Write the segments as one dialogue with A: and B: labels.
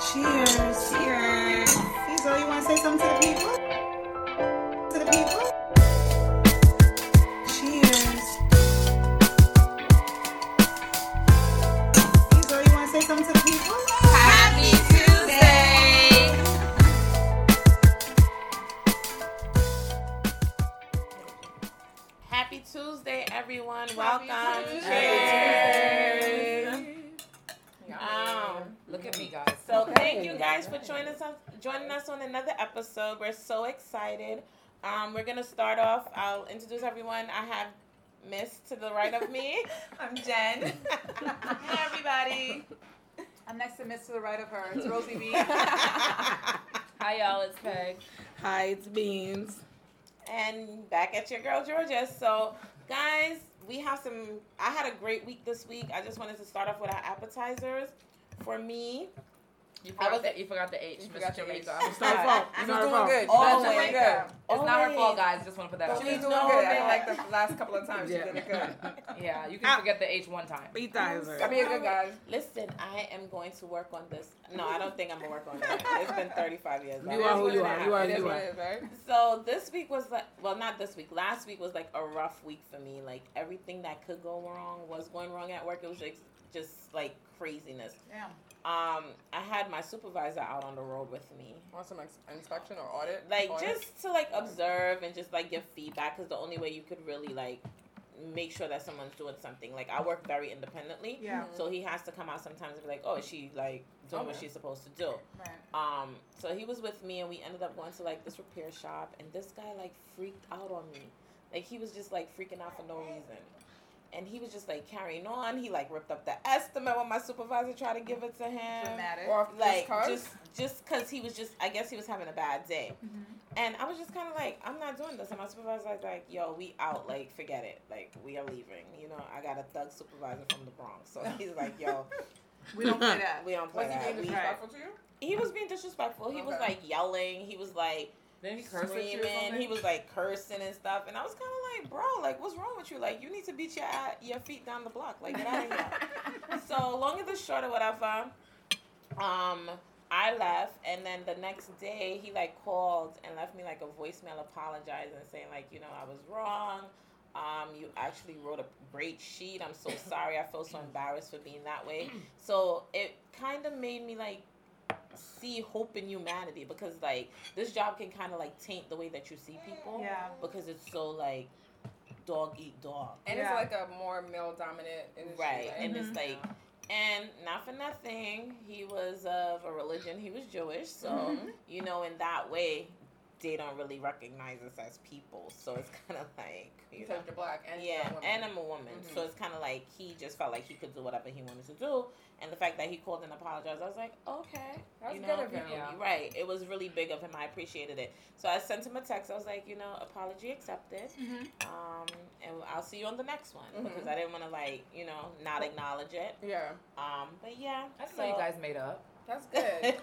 A: Cheers. Cheers. Cecil, you want to say something to the people? To the people? Cheers. Cecil, you want to say something to the people?
B: Happy Tuesday! Happy Tuesday, everyone. Welcome. Cheers. Um,
C: Look at me, guys.
B: so thank you guys for joining us on, joining us on another episode. We're so excited. Um, we're gonna start off. I'll introduce everyone. I have Miss to the right of me.
D: I'm Jen.
C: Hi,
D: Hi, everybody. I'm next to Miss to the right of her. It's Rosie B.
C: Hi, y'all. It's Peg.
A: Hi, it's Beans.
B: and back at your girl Georgia. So, guys, we have some. I had a great week this week. I just wanted to start off with our appetizers. For me,
C: You
B: I was-
C: forgot, the, you forgot the H, Miss
D: forgot the
C: Jamaica.
D: H.
C: I'm
E: It's
C: sorry.
E: not her fault. It's
D: She's
E: not her
D: doing
E: fault.
D: good. She's
B: Always.
D: doing good.
C: It's not her fault,
B: Always.
C: guys. Just want to put that out
D: She's
B: Always.
C: there.
D: doing good. I like the last couple of times
E: Yeah.
D: she did it good.
C: Yeah, you can forget the H one time.
E: Appetizer.
D: I mean, good guys.
B: listen, I am going to work on this. No, I don't think I'm gonna work on that. It's been 35 years.
E: You are who you are. You are
D: It
E: who
D: is
E: you
D: what
E: are.
D: it is, right?
B: So this week was like, well, not this week. Last week was like a rough week for me. Like everything that could go wrong was going wrong at work. It was just, just like craziness.
D: Yeah.
B: Um, I had my supervisor out on the road with me.
D: Want some ex- inspection or audit?
B: like
D: Audit?
B: just to like observe and just like give feedback is the only way you could really like make sure that someone's doing something like i work very independently
D: Yeah. Oh,
B: so he has to come out sometimes and be like oh is she like doing what
D: Okay.
B: she's supposed to do
D: Right.
B: um so he was with me and we ended up going to like this repair shop and this guy like freaked out on me like he was just like freaking out for no reason and he was just like carrying on he like ripped up the estimate when my supervisor tried to give it to him
D: Dramatic.
C: Or-
B: like
D: cause?
B: just just because he was just i guess he was having a bad day
D: Mhm.
B: and i was just kind of like i'm not doing this and my supervisor's like, like yo we out like forget it like we are leaving you know i got a thug supervisor from the bronx so he's like yo
D: we don't play that.
B: we don't play
D: Was he
B: that
D: being
B: We-
D: disrespectful to you?
B: he was being disrespectful he was
D: Okay.
B: like yelling he was like
C: Didn't he curse at you or
B: screaming
C: something?
B: he was like cursing and stuff and i was kind of like bro like what's wrong with you like you need to beat your your feet down the block like get out of here so long as it's short or whatever, um, I left, and then the next day he like called and left me like a voicemail apologizing, saying like you know I was wrong. Um, you actually wrote a great sheet. I'm so sorry. I feel so embarrassed for being that way. So it kind of made me like see hope in humanity because like this job can kind of like taint the way that you see people
D: Yeah.
B: because it's so like dog eat dog.
C: and
D: Yeah.
C: it's like a more male dominant industry.
B: Right,
C: like-
B: and it's
C: Mm-hmm.
B: like, and not for nothing, he was of a religion. He was Jewish, so
C: Mm-hmm.
D: Mhm.
B: you know, in that way, they don't really recognize us as people. So it's kind of like, you know,
C: Except you're black and you're a
B: yeah,
C: woman.
B: and I'm a woman,
C: Mhm.
B: so it's kind of like he just felt like he could do whatever he wanted to do, and the fact that he called and apologized, I was like, okay,
C: That's
B: you
C: good
B: know,
C: of him. Yeah.
B: right? It was really big of him. I appreciated it, so I sent him a text. I was like, you know, apology accepted.
D: Mhm.
B: Um, and I'll see you on the next one
C: Mhm.
B: because I didn't want to like you know not acknowledge it.
D: Yeah.
B: Um, but yeah,
C: I didn't know you guys made up.
D: That's good.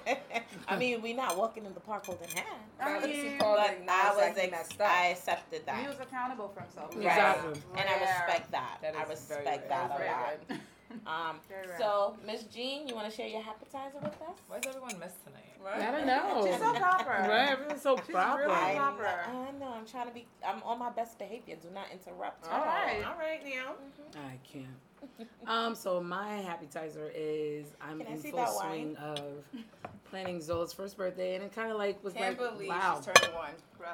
B: I mean, we're not walking in the park holding hands,
D: I
C: But
D: mean,
C: she
B: but
C: called it
B: I was
C: like,
B: ex-
C: messed up.
B: I accepted that,
D: He was accountable for himself.
B: Right.
E: Exactly.
B: and I respect that.
C: That
B: I
C: is very
B: respect that
C: rare. That's
B: a
C: very
B: lot.
C: rare.
B: Um,
D: Very rare.
B: so Miss Jean, you want to share your appetizer with us?
C: Why is everyone missed tonight?
D: Right?
E: I don't know.
D: She's so proper.
E: Right? Everything's so
D: She's really
E: proper.
D: proper.
B: I know. I'm trying to be. I'm on my best behavior. Do not interrupt.
D: All right.
C: All right, now.
E: I can't. Um, so my appetizer is I'm
B: Can I
E: in
B: see
E: full
B: that
E: swing of planning Zola's first birthday, and it kind of like was
C: Can't
E: like
C: believe
E: wow,
C: she's turning one.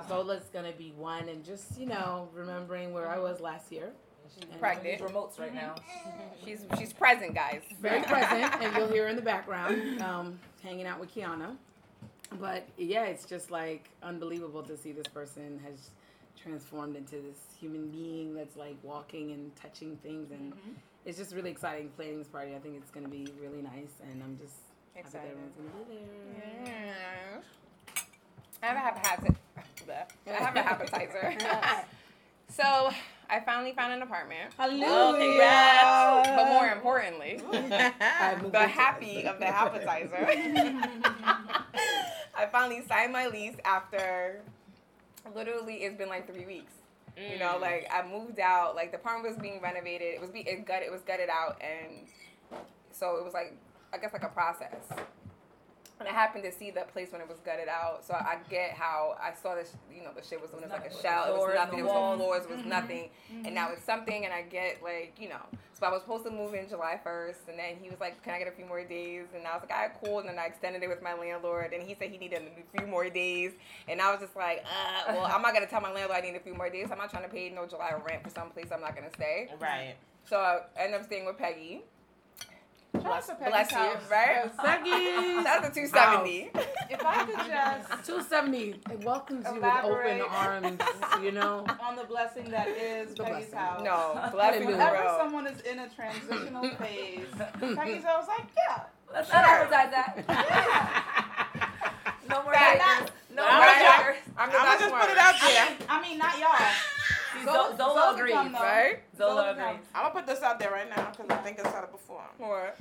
E: Zola's gonna be one, and just you know remembering where I was last year,
C: She's
E: And-
C: pregnant. remotes right now. She's she's present, guys.
E: very present, and you'll hear in the background, um, hanging out with Kiana. But yeah, it's just like unbelievable to see this person has transformed into this human being that's like walking and touching things, and
C: Mm-hmm.
E: it's just really exciting planning this party. I think it's gonna be really nice, and I'm just
C: Excited.
E: happy that everyone's gonna be there.
C: Mm. I have a appetizer. I have an appetizer. so I finally found an apartment.
B: Oh,
C: Congrats.
B: congrats.
C: But more importantly,
B: Mm-hmm.
E: I moved
C: the
E: into-
C: happy of the appetizer. I finally signed my lease after literally it's been like three weeks. You know, like I moved out, like the apartment was being renovated. It was be it gut it was gutted out and so it was like I guess like a process. And I happened to see that place when it was gutted out, so I get how I saw this. You know, the shit was it was like a shell. It was nothing. It was no floors. It was nothing. And now it's something. And I get like you know. So I was supposed to move in July first, and then he was like, "Can I get a few more days?" And I was like, "I cool." And then I extended it with my landlord, and he said he needed a few more days. And I was just like, uh, "Well, I'm not gonna tell my landlord I need a few more days. I'm not trying to pay no July rent for some place I'm not gonna stay."
B: Mm, Right.
C: So I ended up staying with Peggy.
D: Bless,
C: Bless you, right?
E: Second.
C: That's a 270.
D: If I could just
E: 270 it welcomes you with open
D: Elaborate.
E: arms, you know?
D: on the blessing that is
E: The
D: Peggy's
E: blessing.
D: house.
C: No, blessing
E: Hallelujah.
D: Whenever
C: bro.
D: someone is in a transitional phase, Peggy's always like, yeah,
F: Let's not advertise that. No more
C: Right.
F: haters. No
B: I'm
F: more
B: gonna just-
F: haters.
C: I'm the
B: I'm gonna
C: last
B: just
C: one.
B: put it out there.
D: I mean, not y'all.
F: See,
D: Zoe- Zoe
F: Zo- Zola
D: come,
F: agrees.
D: though.
C: Right?
F: Zola
D: Zoe come.
F: agrees.
B: I'm gonna put this out there right now because I think I said it before.
C: Or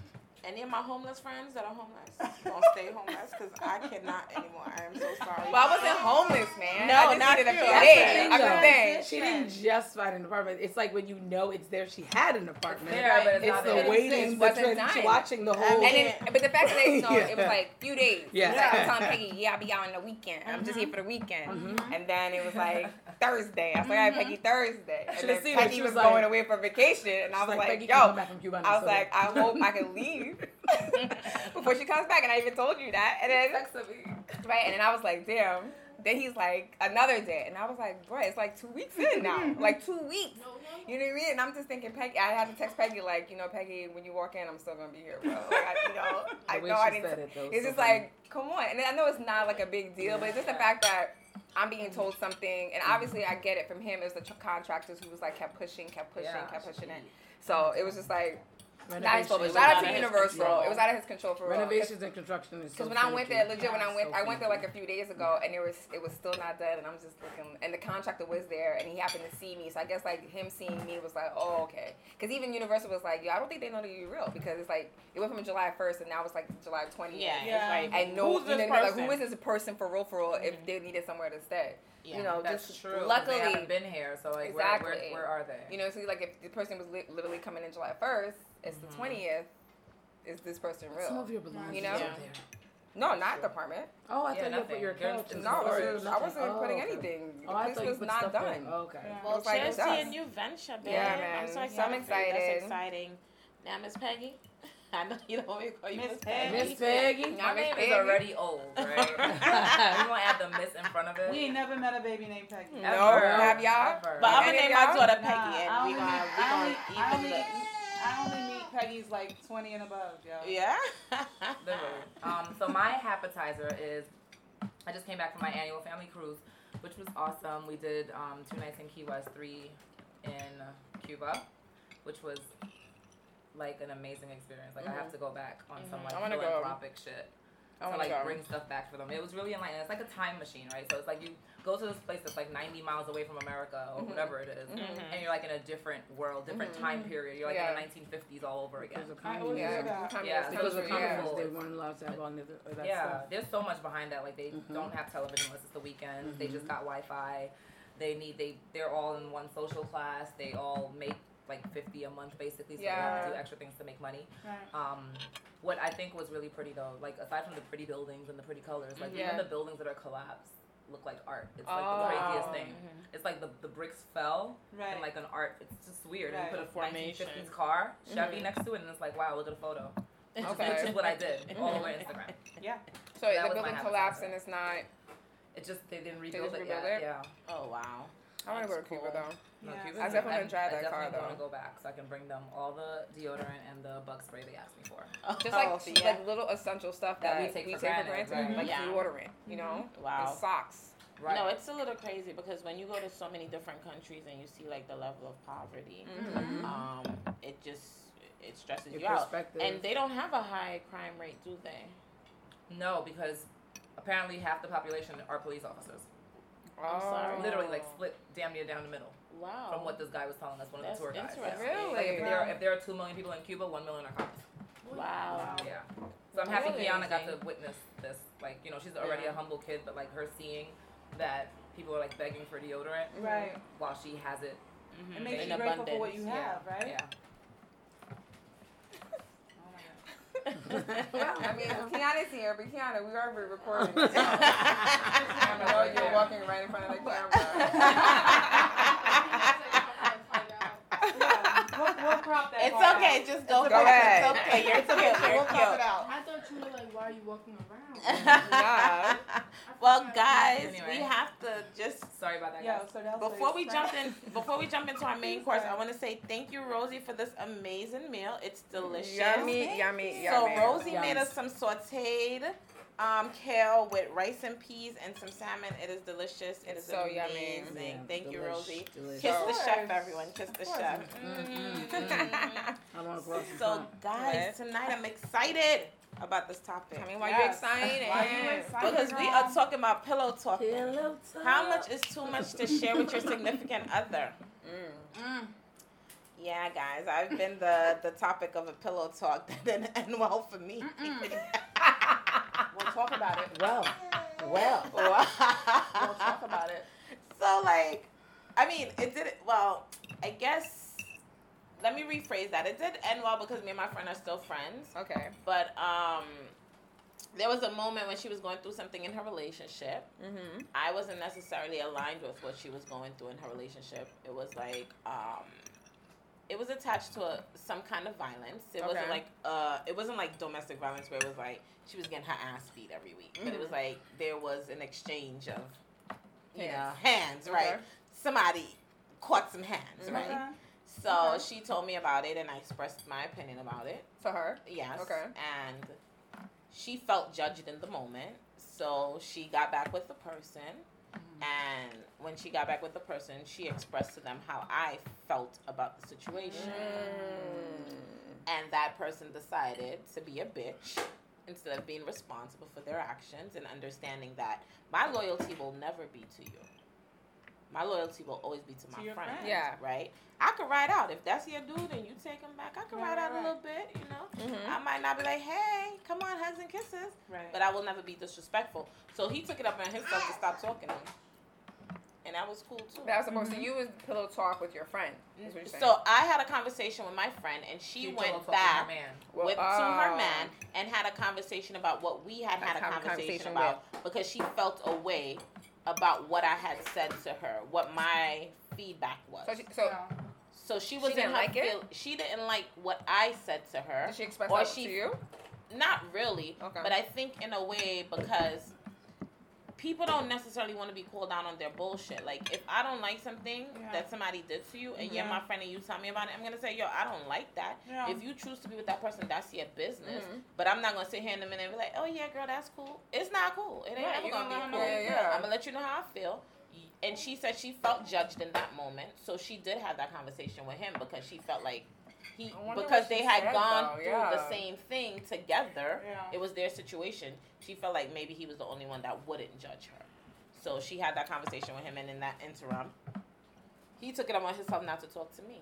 B: Any of my homeless friends that are homeless, don't stay homeless because I cannot anymore. I am so sorry.
C: Well, I wasn't homeless, man.
B: No,
C: I just
B: not
C: needed a
B: you.
C: few
B: That's
E: the
C: days.
E: thing,
C: I'm
E: though.
C: just saying.
E: She didn't just find an apartment. It's like when you know it's there, she had an apartment.
F: There, but it's,
E: It's
F: not
E: the
F: there.
C: It
E: waiting,
C: exists,
E: but
C: but it's
E: then
C: not.
E: watching the
B: I
E: whole.
C: And then, but the fact that they, no, it was
E: Yeah.
C: like few days.
E: Yeah. Mm-hmm.
C: It was like, I'm telling Peggy, yeah, I'll be out on the weekend. I'm just here for the weekend.
E: Mhm.
C: And then it was like Thursday. I was like, all right, Peggy, Thursday. And
E: Should've
C: then
E: seen her.
C: Peggy
E: Mm-hmm. She
C: was
E: was like-
C: going away for vacation, and I was
E: She's like,
C: like,
E: Peggy
C: yo,
E: came back from Cuba and
C: I was
E: sold it.
C: like, I hope I can leave before she comes back. And I even told you that. And then
F: Sex of it.
C: Right, and then I was like, damn. Then he's like, another day. And I was like, bruh, it's like two weeks in now. like two weeks. You know what I mean? And I'm just thinking, Peggy, I had to text Peggy, like, you know, Peggy, when you walk in, I'm still going to be here, bro. Like, I, you know, I
E: The way
C: know I
E: she
C: didn't.
E: said it, though, was
C: It's
E: so
C: just
E: funny.
C: like, come on. And I know it's not like a big deal, but it's just the fact that I'm being told something. And obviously, I get it from him. It was the tr- contractors who was like, kept pushing, kept pushing,
F: Yeah,
C: kept
F: she-
C: pushing it. So it was just like, not his fault, but
E: Renovations.
C: shout out
F: out
C: to
F: of his
C: Universal.
F: control.
C: It was out of his control for real. 'Cause-
E: Renovations and construction is so
C: because when I went there,
E: finicky.
C: legit, when I
E: Yeah,
C: went,
E: so
C: I went there
E: finicky.
C: like a few days ago, and it was it was still not done, and I'm just looking, and the contractor was there, and he happened to see me, so I guess like him seeing me was like, oh okay, because even Universal was like, yo, I don't think they know that you're real, because it's like it went from July 1st, and now it's like July 20th.
B: yeah,
D: Yeah.
B: It's like,
C: And no,
B: who's
C: you
B: this
C: know,
B: person? Mm-hmm.
C: like who is this person for real, for real? If they needed somewhere to stay,
B: yeah.
C: you know,
F: That's
C: just
F: true. 'cause
C: Luckily,
F: they haven't been here, so like, where,
C: Exactly.
F: where, where are they?
C: you know, so like if the person was li- literally coming in July 1st, it's
B: Mhm.
C: the 20th, is this person
E: Some
C: real?
E: of your belongings
C: You know?
E: are there.
B: Yeah.
C: No, not the apartment.
E: Oh, I
F: Yeah,
E: thought you
F: nothing.
E: put your
F: There's-
E: couch. and
C: No, I
E: stuff.
C: wasn't, I wasn't
E: Oh,
C: putting
E: okay.
C: anything. The
E: Oh, I
C: place
E: thought you
C: was
E: put
C: not
E: stuff there.
C: done.
E: Okay.
D: Yeah.
B: Well,
C: It's like,
B: cheers
C: it's
B: to
C: us.
B: your new venture, babe.
C: Yeah, man.
B: I'm so
C: Yeah, I'm
B: excited. for you.
C: excited.
B: That's exciting. Now, Miss Peggy, I know you don't want me to call you
D: Miss
B: Miss
D: Peggy.
B: Peggy.
E: Miss Peggy.
F: Our name is already old, right? We're gonna add the miss in front of it.
D: we ain't never met a baby named Peggy.
C: No,
F: Ever.
C: have y'all?
F: Ever.
B: But I'm gonna
C: Any
B: name
C: of
B: my
C: y'all?
B: daughter Peggy,
D: Nah, I
B: and we
D: only
B: gonna
D: meet-
B: we
D: I
B: gonna
D: only- I
B: even
D: only-
B: look.
D: I only meet Peggy's like 20 and above, y'all.
B: Yeah.
F: Literally. Um, so my appetizer is I just came back from my annual family cruise, which was awesome. We did um, two nights in Key West, three in Cuba, which was like an amazing experience. Like I have to go back on some like
C: Mm-hmm. I wanna go.
F: philanthropic shit
C: I
F: to
C: wanna
F: like
C: go.
F: bring stuff back for them. It was really enlightening. It's like a time machine, right? So it's like you go to this place that's like 90 miles away from America or
C: Mhm.
F: whatever it is,
B: Mhm.
F: and you're like in a different world, different
C: Mhm.
F: time period. You're like
C: Mm-hmm. Yeah.
F: in the 1950s all over again.
E: Because of
D: I always
E: communism.
D: do that.
C: Time
F: Yeah,
C: is
E: Because of
F: Yeah.
C: country, yeah.
E: communism, they weren't allowed to have all that all that
F: yeah,
E: stuff.
F: there's so much behind that. Like they
E: Mhm.
F: don't have television unless it's the weekend. They just
E: Mhm.
F: got Wi-Fi. They need they they're all in one social class. They all make like 50 a month basically. So they have
C: Yeah.
F: to do extra things to make money.
D: Right.
F: Um, what I think was really pretty though, like aside from the pretty buildings and the pretty colors, like
C: Mhm.
F: even
C: Yeah.
F: the buildings that are collapsed look like art. It's like
C: Oh.
F: the craziest thing. It's like the, the bricks fell
D: Right.
F: and like an art. It's just weird. And
D: Right.
F: you put
B: The
F: a
B: formation.
F: 1950s car Chevy
C: Mhm.
F: next to it and it's like wow, look at the photo.
C: Oh, Okay.
F: Which is what I did all over Instagram.
C: So
F: That
C: the
F: was my
C: building
F: appetizer.
C: collapsed and it's not.
F: It just they didn't
C: just
F: rebuild it
C: rebuild
F: yet.
C: it?
F: Yeah.
B: Oh wow.
C: I want to
F: That's
C: go to Cuba
F: cool.
C: though.
F: No,
D: Yeah.
F: Cuba's
C: I
F: nice.
C: definitely
F: I'm-
C: tried that
F: I
C: car,
F: definitely want to
C: though.
F: go back so I can bring them all the deodorant and the bug spray they asked me for.
C: Just
B: Oh,
C: like
B: yeah.
C: like little essential stuff
F: That
C: that,
F: we take for granted, right?
C: like
B: Yeah. Mm-hmm.
C: deodorant, you know,
B: wow.
C: and socks.
F: Right.
B: No, it's a little crazy because when you go to so many different countries and you see like the level of poverty,
D: Mm-hmm.
C: Mm-hmm.
E: Mhm.
B: um, it just it stresses you
E: Your
B: out.
E: perspective.
B: And they don't have a high crime rate, do they?
F: no, because apparently half the population are police officers.
B: I'm sorry.
C: Oh.
F: Literally, like split damn near down the middle
B: Wow.
F: from what this guy was telling us. One of
B: Oh. That's
F: the tour guys.
B: interesting.
C: Really?
F: Like if
C: Wow.
F: there, are, if there are two million people in Cuba, one million are cops.
B: Wow.
D: Oh.
F: Yeah. So I'm happy
C: Really
F: Kiana got
C: amazing.
F: to witness this. Like you know, she's already a
B: Yeah.
F: humble kid, but like her seeing that people are like begging for deodorant
D: Right.
F: while she has it.
B: Mhm.
D: It makes
B: In
D: you grateful for what
B: abundance,
D: you
B: yeah.
D: have, right?
F: Yeah.
D: Oh my God.
C: well, I mean, Kiana's here, but Kiana, we already recording. So.
B: Kiana,
C: Kiana,
F: right
C: you're
F: there.
C: walking right in front of the camera.
D: We'll, we'll crop that
B: It's
D: part
B: okay. Just go,
C: Go
B: for
C: ahead.
B: it. It's okay. You're
A: It's okay.
B: cute.
A: We'll
B: You're
A: cut it
B: cute.
A: out.
G: I thought you were like, why are you walking around?
C: Yeah.
B: Well, guys, we
F: Anyway.
B: have to just
F: Sorry about that,
D: out.
F: guys.
D: Yo, so that was
B: before we
D: like-
B: jump in before we jump into our main
D: Please,
B: course.
D: sir.
B: I want to say thank you, Rosie, for this amazing meal. It's delicious.
C: Yummy, yummy,
B: So
C: yummy.
B: Rosie
E: Yum.
B: made us some sauteed um, kale with rice and peas and some salmon. It is delicious. It is
C: It's so yummy.
B: amazing. Thank you,
E: delish,
B: Rosie.
E: delish.
B: Kiss the
D: course.
B: chef, everyone. Kiss the
D: course.
B: chef.
E: Mm,
C: Mm-hmm.
B: Mm.
E: I want to go up in
B: so
E: front.
B: guys, tonight I'm excited about this topic
C: I mean, why you
D: Yes.
C: excited?
D: Why you excited?
B: because we are
D: girl?
B: talking about pillow talk.
E: Pillow
B: How
E: talk.
B: much is too much to share with your significant other?
C: Mm.
B: Yeah, guys, I've been the the topic of a pillow talk that didn't end well for me.
D: We'll talk about it.
E: Well, well.
D: We'll talk about it.
B: so like, I mean, it didn't. Well, I guess. Let me rephrase that. It did end well because me and my friend are still friends.
C: Okay.
B: But um, there was a moment when she was going through something in her relationship.
C: Mm-hmm.
B: I wasn't necessarily aligned with what she was going through in her relationship. It was like, um, it was attached to a, some kind of violence. It
C: Okay.
B: wasn't like, uh, it wasn't like domestic violence where it was like she was getting her ass beat every week. But it
C: Mm-hmm.
B: was like there was an exchange of, you know, hands, right?
C: Okay.
B: Somebody caught some hands,
C: Mhm.
B: right? So
D: Okay.
B: she told me about it, and I expressed my opinion about it.
C: To her.
B: Yes.
C: Okay.
B: And she felt judged in the moment. So she got back with the person.
D: Mm-hmm.
B: And when she got back with the person, she expressed to them how I felt about the situation.
C: Mm-hmm.
D: Mm.
B: And that person decided to be a bitch instead of being responsible for their actions and understanding that my loyalty will never be to you. My loyalty will always be to my
D: your
B: friends.
D: friends.
C: Yeah.
B: Right? I could ride out. If that's your dude and you take him back, I could ride
D: Right, right,
B: out a
D: right.
B: little bit, you know?
C: Mm-hmm.
B: I might not be like, hey, come on, hugs and kisses,
D: Right.
B: but I will never be disrespectful. So he took it up on himself to stop talking to me. And that was cool too. Mm-hmm.
C: That was supposed to you was pillow talk with your friend. Is what you're saying.
B: so I had a conversation with my friend, and she
F: You
B: went
F: told her
B: back
F: man.
C: Well,
B: with to her
C: oh.
B: man and had a conversation about what we had
C: A
B: had a
C: con-
B: conversation,
C: conversation
B: about because she felt a way about what I had said to her, what my feedback was.
C: So, she, so
B: So she was in
C: didn't
B: her
C: like it?
B: feel- She didn't like what I said to her.
C: did she express
B: Or
C: that
B: she-
C: to you?
B: Not really.
C: Okay.
B: But I think in a way because people don't necessarily want to be called out on their bullshit. Like if I don't like something
D: Yeah.
B: that somebody did to you and you're
D: Yeah.
B: my friend and you tell me about it, I'm gonna say, yo, I don't like that.
D: Yeah.
B: If you choose to be with that person, that's your business.
C: Mhm.
B: But I'm not gonna sit here in a minute and be like, oh yeah, girl, that's cool. It's not cool. It ain't
C: Right,
B: ever
C: you
B: gonna
C: gonna let 'em
B: be
C: know,
B: cool.
C: yeah, yeah.
B: I'm gonna let you know how I feel. And she said she felt judged in that moment, so she did have that conversation with him because she felt like he
C: I wonder
B: because
C: what
B: they
C: she
B: had
C: said,
B: gone
C: though,
B: through the
C: yeah.
B: same thing together.
D: Yeah.
B: It was their situation. She felt like maybe he was the only one that wouldn't judge her. So she had that conversation with him, and in that interim, he took it upon himself not to talk to me,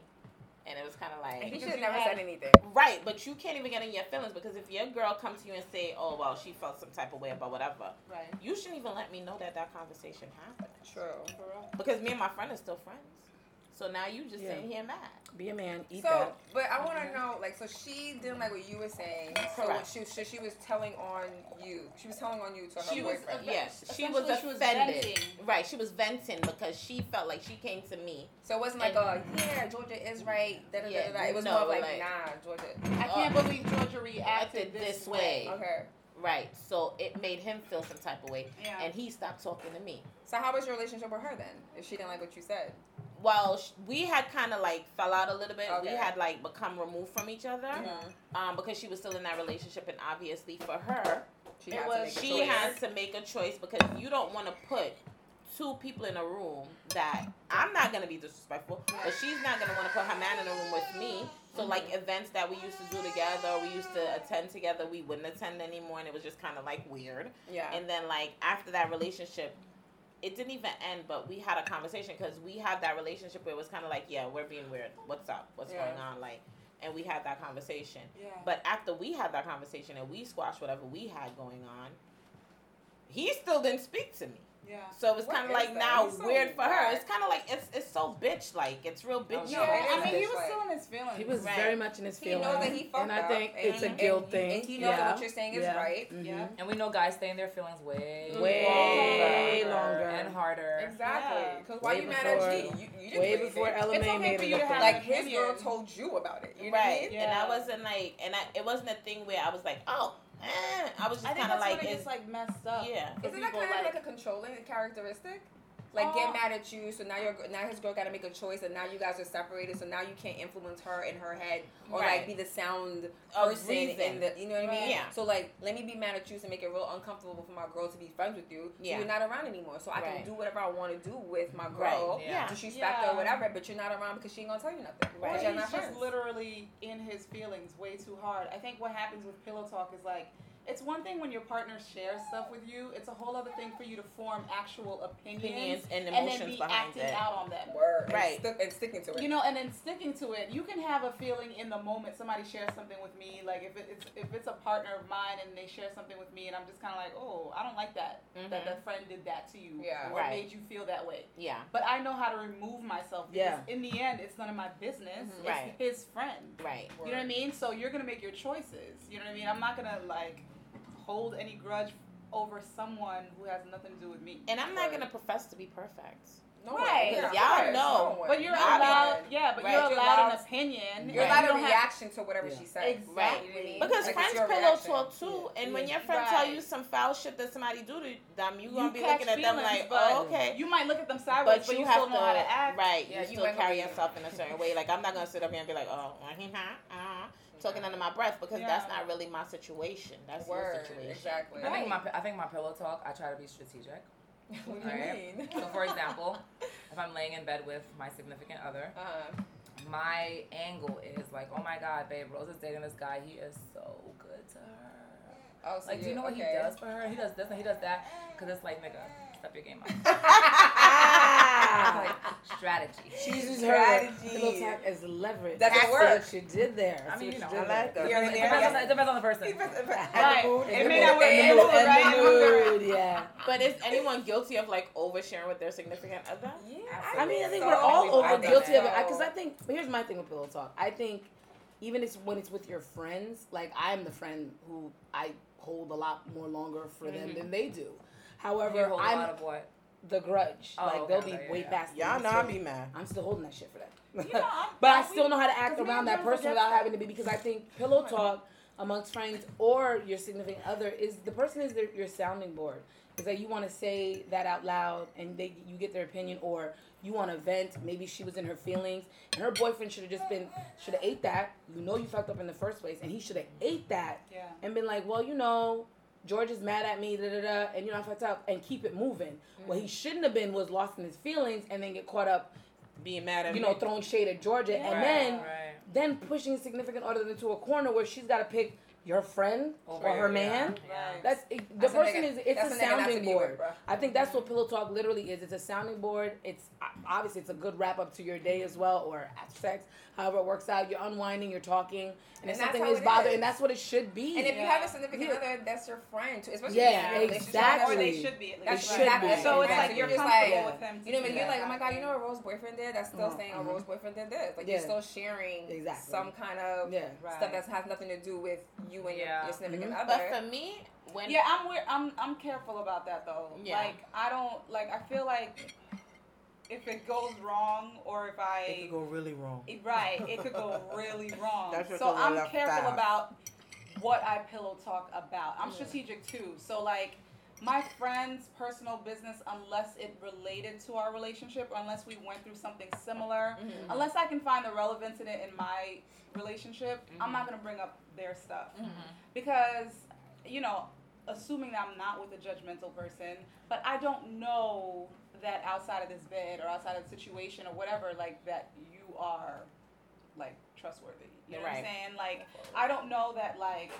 B: and it was kind of like
C: He
D: because
C: should have
D: you
C: never
D: had-
C: said anything.
B: Right, but you can't even get in your feelings because if your girl comes to you and say, "Oh, well, she felt some type of way about whatever,"
D: Right.
B: you shouldn't even let me know that that conversation happened
C: True.
B: because me and my friend are still friends. So now you just
E: Yeah.
B: sitting here mad.
E: Be a man. Eat
C: so,
E: that.
C: but I want to know, like, so she didn't like what you were saying. So
B: Correct.
C: she, so she was telling on you. She was telling on you to her
B: She was
C: boyfriend.
B: yes, she was
G: Essentially, she was
B: offended.
G: venting.
B: right, she was venting because she felt like she came to me.
C: so it wasn't like, a, yeah, Georgia is right. Da, da, da, da, da. It was
B: uh, Yeah,
C: more
B: no,
C: like,
B: like-
C: nah, Georgia.
G: I can't believe Georgia
B: acted
G: Oh. reacted
B: this way.
C: Okay.
B: Right, so it made him feel some type of way,
D: Yeah.
B: and he stopped talking to me.
C: So how was your relationship with her then? If she didn't like what you said,
B: Well, sh- we had kind of like fell out a little bit. We
C: Okay.
B: had like become removed from each other um, because she was still in that relationship, and obviously for her,
C: she
D: It
C: had
D: was-
C: to make a
B: she
C: choice.
B: has to make a choice because you don't want to put two people in a room that I'm not gonna be disrespectful, but she's not gonna want to put her man in a room with me. So
C: Mm-hmm.
B: like events that we used to do together, we used to attend together, we wouldn't attend anymore, and it was just kind of like weird.
C: Yeah.
B: And then like after that relationship, it didn't even end, but we had a conversation because we had that relationship where it was kind of like, yeah, we're being weird. What's up? What's
C: Yeah.
B: going on? Like, and we had that conversation.
D: Yeah.
B: But after we had that conversation and we squashed whatever we had going on, he still didn't speak to me.
D: Yeah.
B: So it's
D: What
B: kind of
D: is
B: like
D: that?
B: now
D: He's so Oh,
B: weird for her.
D: bad.
B: It's kind of like it's it's so bitch like. It's real bitch.
D: Yeah,
C: it is
D: I mean, he
C: bitch,
D: was
C: like-
D: still in his feelings.
E: He was
B: Right.
E: very much in his
C: He knows
E: feelings,
C: that he fucked
E: and I
C: up,
E: think
C: and
E: it's a
C: he-
E: guilt
C: and he-
E: thing.
C: and he knows that
E: yeah.
C: what you're saying is
E: yeah.
C: right.
E: Mhm.
D: Yeah.
F: And we know guys stay in their feelings way,
E: Way longer.
F: and harder.
D: Exactly.
C: Because why
E: Way
C: you mad at G?
E: before-
C: You, you didn't
E: Way
C: do
E: before
C: anything.
E: Ella
D: It's
E: May
D: okay
E: made
D: for
E: it
D: you
E: a
D: to
E: thing.
D: have
C: Like
D: an
C: his
D: opinion.
C: girl told you about it. You know
B: right.
C: What I mean?
B: And
D: Yeah.
B: I wasn't like, and I it wasn't a thing where I was like, oh, eh. I was
D: I
B: just
D: think
B: kind of
D: that's
B: like,
D: when it
B: it's,
D: gets like messed up.
B: yeah.
F: For
C: Isn't that
F: people,
C: kind of like,
F: like-
C: a controlling characteristic? Like
D: Oh.
C: get mad at you, so now your gr- now his girl got to make a choice, and now you guys are separated, so now you can't influence her in her head or
B: Right.
C: like be the sound
B: Of
C: person
B: reason.
C: in the you know what I mean?
B: Right. Yeah.
C: So like let me be mad at you to make it real uncomfortable for my girl to be friends with you. so
B: Yeah.
C: You're not around anymore, so I
B: Right.
C: can do whatever I want to do with my
B: Right.
C: girl,
F: Yeah.
C: disrespect
D: Yeah.
C: her, whatever. But you're not around because she ain't gonna tell you nothing.
D: Or
C: Right.
D: he's
C: Y'all not
D: just
C: friends.
D: literally in his feelings way too hard. I think what happens with pillow talk is like, it's one thing when your partner shares stuff with you. It's a whole other thing for you to form actual opinions,
B: Opinions and
D: and
B: emotions
D: then be
B: behind
D: acting
B: it.
D: out on them.
C: Word. And
B: Right.
C: stick- and sticking to it.
D: You know, and then sticking to it. You can have a feeling in the moment. Somebody shares something with me, like if it- it's if it's a partner of mine, and they share something with me, and I'm just kind of like, oh, I don't like that that that friend did that to you,
C: Yeah.
D: or
B: Mm-hmm. Right.
D: made you feel that way.
B: Yeah.
D: But I know how to remove myself. because In the end, it's none of my business.
C: Mhm.
D: It's
B: Mm-hmm. Right.
D: his friend.
B: Right.
D: You know what I mean? So you're gonna make your choices. You know what I mean? I'm not gonna like hold any grudge over someone who has nothing to do with me.
B: And I'm not
C: Right.
B: gonna profess to be perfect.
C: No,
D: Right.
C: yeah, of
B: Y'all
C: course.
B: know.
C: No.
D: But you're
B: Right.
D: allowed, yeah. But
B: Right.
D: you're
C: You're
D: allowed an
C: allowed-
D: opinion.
C: You're
B: Right.
D: and
C: allowed
D: you
C: a
D: don't have-
C: reaction to whatever
E: Yeah.
C: she says.
D: Exactly.
C: You know what I mean?
B: Because
C: Like, it's
B: friends
C: your
B: pillow
C: reaction.
B: talk too, and when your friends
D: Right.
B: tell you some foul shit that somebody do to them, you gonna be
D: catch
B: looking at them
D: feelings,
B: like,
D: but
B: oh okay.
D: You might look at them sideways,
B: But
D: but
B: you
D: you,
B: have
D: still
B: to,
D: know how to act.
B: right?
C: Yeah,
B: you
C: you
B: still
C: might not
B: carry
C: be-
B: yourself in a certain way. Like I'm not gonna sit up here and be like, oh, uh, uh, talking under my breath because that's
D: Yeah.
B: not really my situation. That's your
C: Word.
B: situation.
C: Exactly.
F: I think my I think my pillow talk. I try to be strategic.
C: What do you
F: Right.
C: mean?
F: So for example, if I'm laying in bed with my significant other,
C: Uh-huh.
F: my angle is like, oh my god, babe, Rose is dating this guy. He is so good to her.
C: Oh, so
F: Like, do you know what he
C: okay.
F: does for her? He does this and he does that. Cause it's like, nigga, step your game up.
B: Ah.
F: It's like strategy.
E: She uses her
C: Strategy.
E: pillow talk as leverage.
C: That's
E: That's
C: a word.
E: what she did there.
F: I
E: That's
F: mean,
E: what
F: you
E: she
F: know,
E: did
F: I
E: there.
C: You're
F: It
C: in there.
F: depends, on the, it depends on the person.
D: Right. It
E: And
D: may
E: the
D: not
E: mood,
D: work.
E: and the
D: It
E: mood,
D: look
E: and
D: right.
E: the mood, yeah.
B: But is anyone guilty of like oversharing with their significant other?
E: I mean, I think we're
C: So,
E: all
F: I
E: over
F: think
E: guilty of it
C: so.
E: because I think. But here's my thing with pillow talk. I think even it's when it's with your friends. Like I am the friend who I hold a lot more longer for them than they do.
F: You
E: However,
F: hold a lot
E: I'm
F: of what?
E: the grudge.
F: Oh,
E: like
F: okay,
E: they'll be
F: okay, yeah,
E: way
F: yeah.
E: past. the
B: Y'all know
E: maturity.
B: I be mad.
E: I'm still holding that shit for them.
D: You know, I'm-
E: but I
D: we-
E: still know how to act
D: 'cause me
E: around
D: and
E: that
D: Jones are
E: person without
D: different.
E: having to be because I think pillow talk amongst friends or your significant other is the person is their, your sounding board. Is that you want to say that out loud and they you get their opinion or you want to vent. Maybe she was in her feelings and her boyfriend should have just been should have ate that. You know you fucked up in the first place and he should have ate that
D: Yeah.
E: and been like, well, you know, George is mad at me, da da da, and you know I fucked up and keep it moving. What
D: Mm-hmm.
E: he shouldn't have been was lost in his feelings and then get caught up
B: Being mad at
E: you know,
B: me.
E: throwing shade at Georgia,
F: Right,
E: and then
F: right.
E: then pushing significant other into a corner where she's got to pick your friend
F: Over
E: or her
F: you,
E: man.
F: yeah.
D: Right.
E: That's it, the
C: That's a
E: person
C: nigga-
E: is it's
C: that's
E: a
C: a nigga not to
E: sounding
C: be with,
E: board.
C: bruh.
E: I think that's what pillow talk literally is. It's a sounding board. It's obviously it's a good wrap up to your day as well, or after sex, however it works out. You're unwinding, you're talking, and, if
C: that's
E: something
C: how
E: is
C: it
E: bothering,
C: is.
E: and that's what it should be.
C: And if you
D: Yeah.
C: have a significant
E: Yeah.
C: other, that's your friend too. Especially
E: Yeah,
C: if you're in a relationship.
E: exactly.
D: Or they
E: Actually,
D: should be at
C: That's
D: least.
E: It
C: your
E: should
C: exact
E: be.
C: best
D: So it's
C: friend.
D: like
E: Exactly.
D: you're
C: just
D: comfortable
C: like,
D: with them.
C: You know, what I mean? you're
E: Yeah.
C: like, oh my god, you know what Rose boyfriend did? That's still
E: Mhm,
C: saying,
E: mhm.
C: oh Rose boyfriend did this. Like
E: Yeah.
C: you're still sharing
E: Exactly.
C: some kind of
E: yeah, Mm-hmm.
C: stuff that has nothing to do with you and
F: Yeah.
C: your, your significant
B: But
C: other.
B: for me, when
D: Yeah, I'm weird. I'm I'm careful about that though.
B: Yeah.
D: Like I don't like. I feel like if it goes wrong or if I
A: go really wrong.
D: It- Right, it could go really wrong.
A: That could
D: so
A: go
D: I'm
A: left
D: careful
A: out.
D: about what I pillow talk about. I'm strategic too. So like my friend's personal business, unless it related to our relationship or unless we went through something similar,
A: Mm-hmm.
C: Mhm.
D: unless I can find the relevance in it in my relationship,
A: Mm-hmm.
D: I'm not gonna bring up their stuff because you know, assuming that I'm not with a judgmental person, but I don't know that outside of this bed or outside of the situation or whatever, like that you are like trustworthy. You know what I'm
B: Right.
D: saying? Like I don't know that like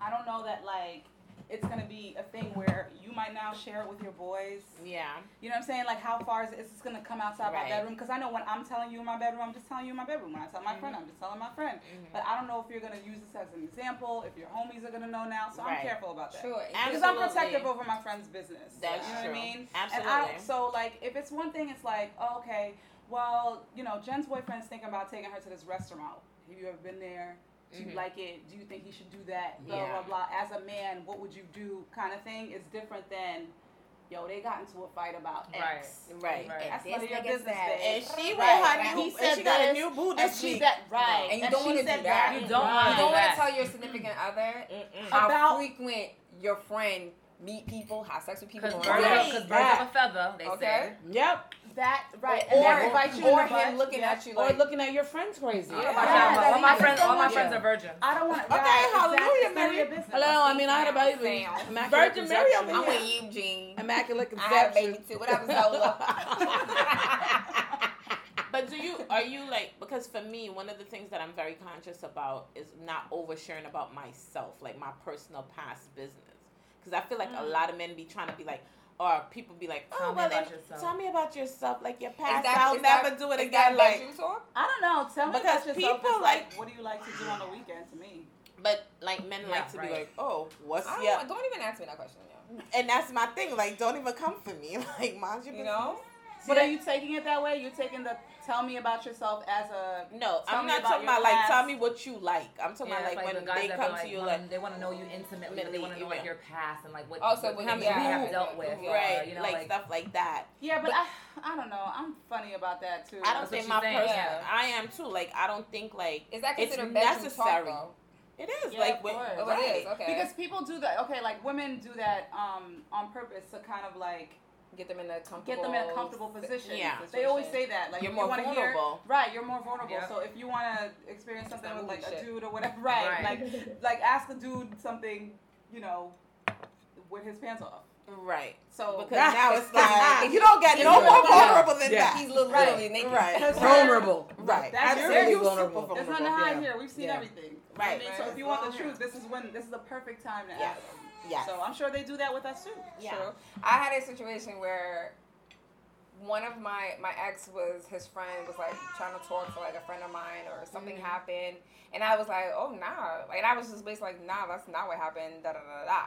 D: I don't know that like it's gonna be a thing where you might now share it with your boys.
B: Yeah.
D: You know what I'm saying? Like, how far is it? Is this gonna come outside
B: Right.
D: my bedroom? Because I know when I'm telling you in my bedroom, I'm just telling you in my bedroom. When I
B: Mm-hmm.
D: tell my friend, I'm just telling my friend. But I don't know if you're gonna use this as an example. If your homies are gonna know now, so
B: Right.
D: I'm careful about that.
C: Sure.
D: Because I'm protective over my friend's business.
B: That's
D: you know
B: true.
D: what I mean? And
B: Absolutely.
D: I, so like, if it's one thing, it's like, oh, okay, well, you know, Jen's boyfriend's thinking about taking her to this restaurant. Have you ever been there? Do you
B: Mhm.
D: like it? Do you think he should do that? Blah,
B: Yeah.
D: blah, blah. As a man, what would you do? Kind of thing is different than, yo, they got into a fight about X.
B: right.
F: Right.
D: That's none of your
C: This nigga
D: business,
C: said
D: babe.
C: it.
B: And she
C: Right,
B: went
C: right.
B: her new,
C: He
B: and
G: said
B: she got a
G: this,
B: new boo
G: And
B: this
G: she
B: week.
G: said, right.
C: And you
G: and
C: don't
G: she
C: want to do
G: said
C: that.
F: You don't wanna
C: You don't want
F: Right.
C: to tell your significant other
E: Mm-hmm.
B: Mm-mm.
C: how
D: About-
C: frequent your friend meet people, have sex with people.
F: Because birds,
C: on
F: of-
C: dates.
F: 'cause birds
G: Right.
F: of a feather, they
C: Okay.
F: say.
E: Yep.
G: That right.
C: Or,
G: and that
C: or,
G: bites you in the
C: him
G: butt.
C: looking
G: Yeah.
C: at you like,
E: or looking at your friends crazy.
F: All
C: Yeah.
F: my-
D: Yeah.
F: all my
D: Yeah.
F: friends, all my
D: Yeah.
F: friends are virgins.
D: I don't want to.
B: Okay, hallelujah, Mary.
E: Hello, I mean, I had a baby.
C: Sound.
E: Immaculate
B: Virgin Mary
E: conception.
C: I'm
B: over
C: with you, Jean.
E: Immaculate
C: I had a
E: conception.
C: baby too. What up, Zola?
B: But do you are you like because for me one of the things that I'm very conscious about is not oversharing about myself, like my personal past business. Because I feel like a lot of men be trying to be like, or people be like, oh
F: Tell me
B: well,
F: about
B: if-
F: yourself."
B: tell me about yourself, like your
C: Is
B: past.
C: that-
B: I'll
C: is that-
B: never do it
C: is
B: again.
C: that
B: Like,
C: bedroom talk?
D: I don't know. Tell me
B: Because
D: about yourself.
B: people
D: It's like,
B: like-
D: what do you like to do on the weekend? To me,
B: but like men
F: Yeah,
B: like to
F: right.
B: be like, oh, what's
C: I don't,
B: yeah,
C: don't even ask me that question. Yo.
B: and that's my thing. Like, don't even come for me. Like, mind your business.
C: You know?
D: but are you taking it that way? You're taking the tell me about yourself as a
B: No,
D: Tell
B: I'm
D: me
B: not
D: about
B: talking
D: your
B: about like
D: past.
B: tell me what you like. I'm talking
F: Yeah,
B: about
F: it's
B: like, when
F: the guys
B: they
F: that
B: come
F: be, like,
B: to you
F: wanna-
B: like
F: they want to know you intimately.
B: Intimately,
F: they want to know
B: yeah.
F: like your past and like what
C: Also,
F: what,
C: with
F: how much
C: yeah.
F: we have dealt with.
C: Yeah.
F: or,
B: right,
F: you know,
B: like,
F: like,
B: stuff like that.
D: Yeah, but, I, I don't know. I'm funny about that too.
B: I don't
F: That's
B: think my
F: what she's saying,
B: personal.
C: yeah.
B: I am too. Like I don't think like
C: Is that
B: It's
C: considered bedroom
B: necessary.
C: talk?
B: it is
D: Yeah,
B: like
D: of
B: when,
D: course.
C: Though? Oh,
B: right.
C: it is. Okay.
D: because people do that. Okay, like women do that um, on purpose to kind of like
C: get them in a comfortable
D: get them in a comfortable position.
B: Yeah.
D: they always say that. Like
B: you're
D: if
B: more
D: you wanna Hear,
B: vulnerable.
D: right, you're more vulnerable.
F: Yeah.
D: So if you want to experience something
C: that
D: with like
C: movie
D: a
C: shit.
D: dude or whatever, right,
F: Right.
D: Like like ask a dude something, you know, with his pants off.
B: right?
D: So
B: Because now it's like
C: If
B: you don't get no
C: no
B: more
C: more
B: vulnerable than
E: Yeah.
B: that.
C: He's literally naked.
B: Right,
D: Because
E: Vulnerable.
B: right.
D: That's
B: Absolutely
E: very vulnerable.
D: There's nothing to hide
E: Yeah.
D: here. We've seen
E: Yeah.
D: everything.
B: Right.
D: I mean, so
C: Right.
D: if you want the
B: Long
D: truth, this is when this is the perfect time to
B: Yes.
D: ask. them.
B: Yes.
D: So I'm sure they do that with us too.
B: Yeah.
C: True. I had a situation where one of my my ex was his friend was like trying to talk to like a friend of mine or something
E: Mm.
C: happened, and I was like, oh nah, like, and I was just basically like, nah, that's not what happened, da da da da.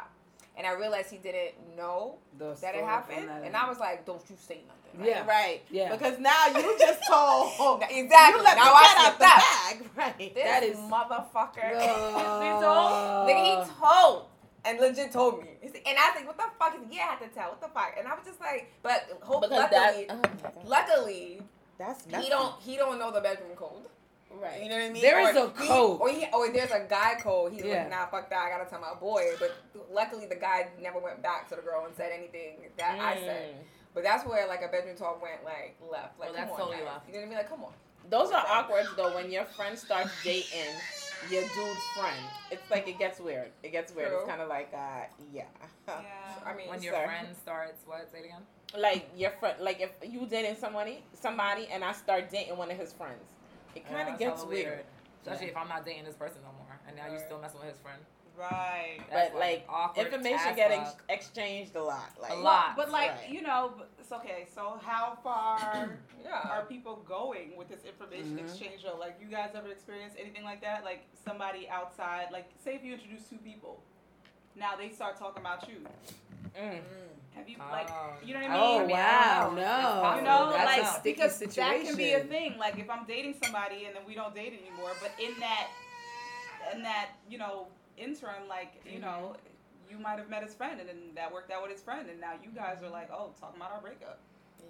C: And I realized he didn't know
E: The
C: that
E: story
C: it
E: from
C: happened,
E: that
C: and
E: end.
C: I was like, don't you say nothing. right?
E: Yeah.
B: Right.
E: Yeah.
B: Because now you just told
C: Exactly.
B: you let
C: now
B: the
C: I
B: cat out
C: slipped
B: the
C: up.
B: bag. Right.
C: This
E: That is-
C: motherfucker.
E: No.
C: Nigga, he told and legit told me. He said- And I was like, what the fuck? He said, yeah, I had to tell. What the fuck? And I was just like, but hope luckily, luckily
B: oh That's
C: he don't he don't know the bedroom code. You
B: right.
C: know what I mean?
E: There
C: There
E: is
C: is
E: a code.
C: Or, he, or there's a guy code. He's
E: Yeah.
C: like, nah, fuck that. I gotta tell my boy. But luckily, the guy never went back to the girl and said anything that I said.
E: Mm.
B: Mm.
C: But that's where like a bedroom talk went like left. Like
E: Oh,
F: Well,
C: come
F: that's
C: on,
F: totally
C: guys.
F: left.
C: You know what I mean? Like come on.
B: Those are awkward though when your friend starts dating your dude's friend. It's like it gets weird. It gets weird.
C: True.
B: It's kind of like uh yeah.
D: Yeah.
C: I mean,
F: when your
B: Sorry.
F: friend starts what? Say it again.
B: like your friend like if you dating somebody somebody and I start dating one of his friends. It kind
F: Yeah,
B: of
F: it's
B: gets
F: hella
B: weird.
F: Especially if I'm not dating this person no more, and now you're still messing with his friend.
D: Right.
F: That's
B: But, like,
F: awkward
B: Information
F: as
B: getting
F: fuck.
B: exchanged a lot. Like
F: A lot.
D: But like
B: Right.
D: you know, but- it's okay. So how far
C: Yeah.
D: are people going with this information
F: Mm-hmm.
E: Mhm.
D: exchange? Though, like you guys ever experienced anything like that? Like somebody outside, like say if you introduce two people, now they start talking about you.
B: Mm.
D: Have you like
F: Oh.
D: you know what I mean?
E: Oh
F: mean, I
E: wow,
F: don't
E: no,
F: know.
C: Oh,
D: You know,
E: that's
D: like
E: a sticky
D: because
E: situation.
D: that can be a thing. Like if I'm dating somebody and then we don't date anymore, but in that, in that, you know, interim, like
C: Mm-hmm.
D: you know, you might have met his friend and then that worked out with his friend, and now you guys are like, oh, talking about our breakup.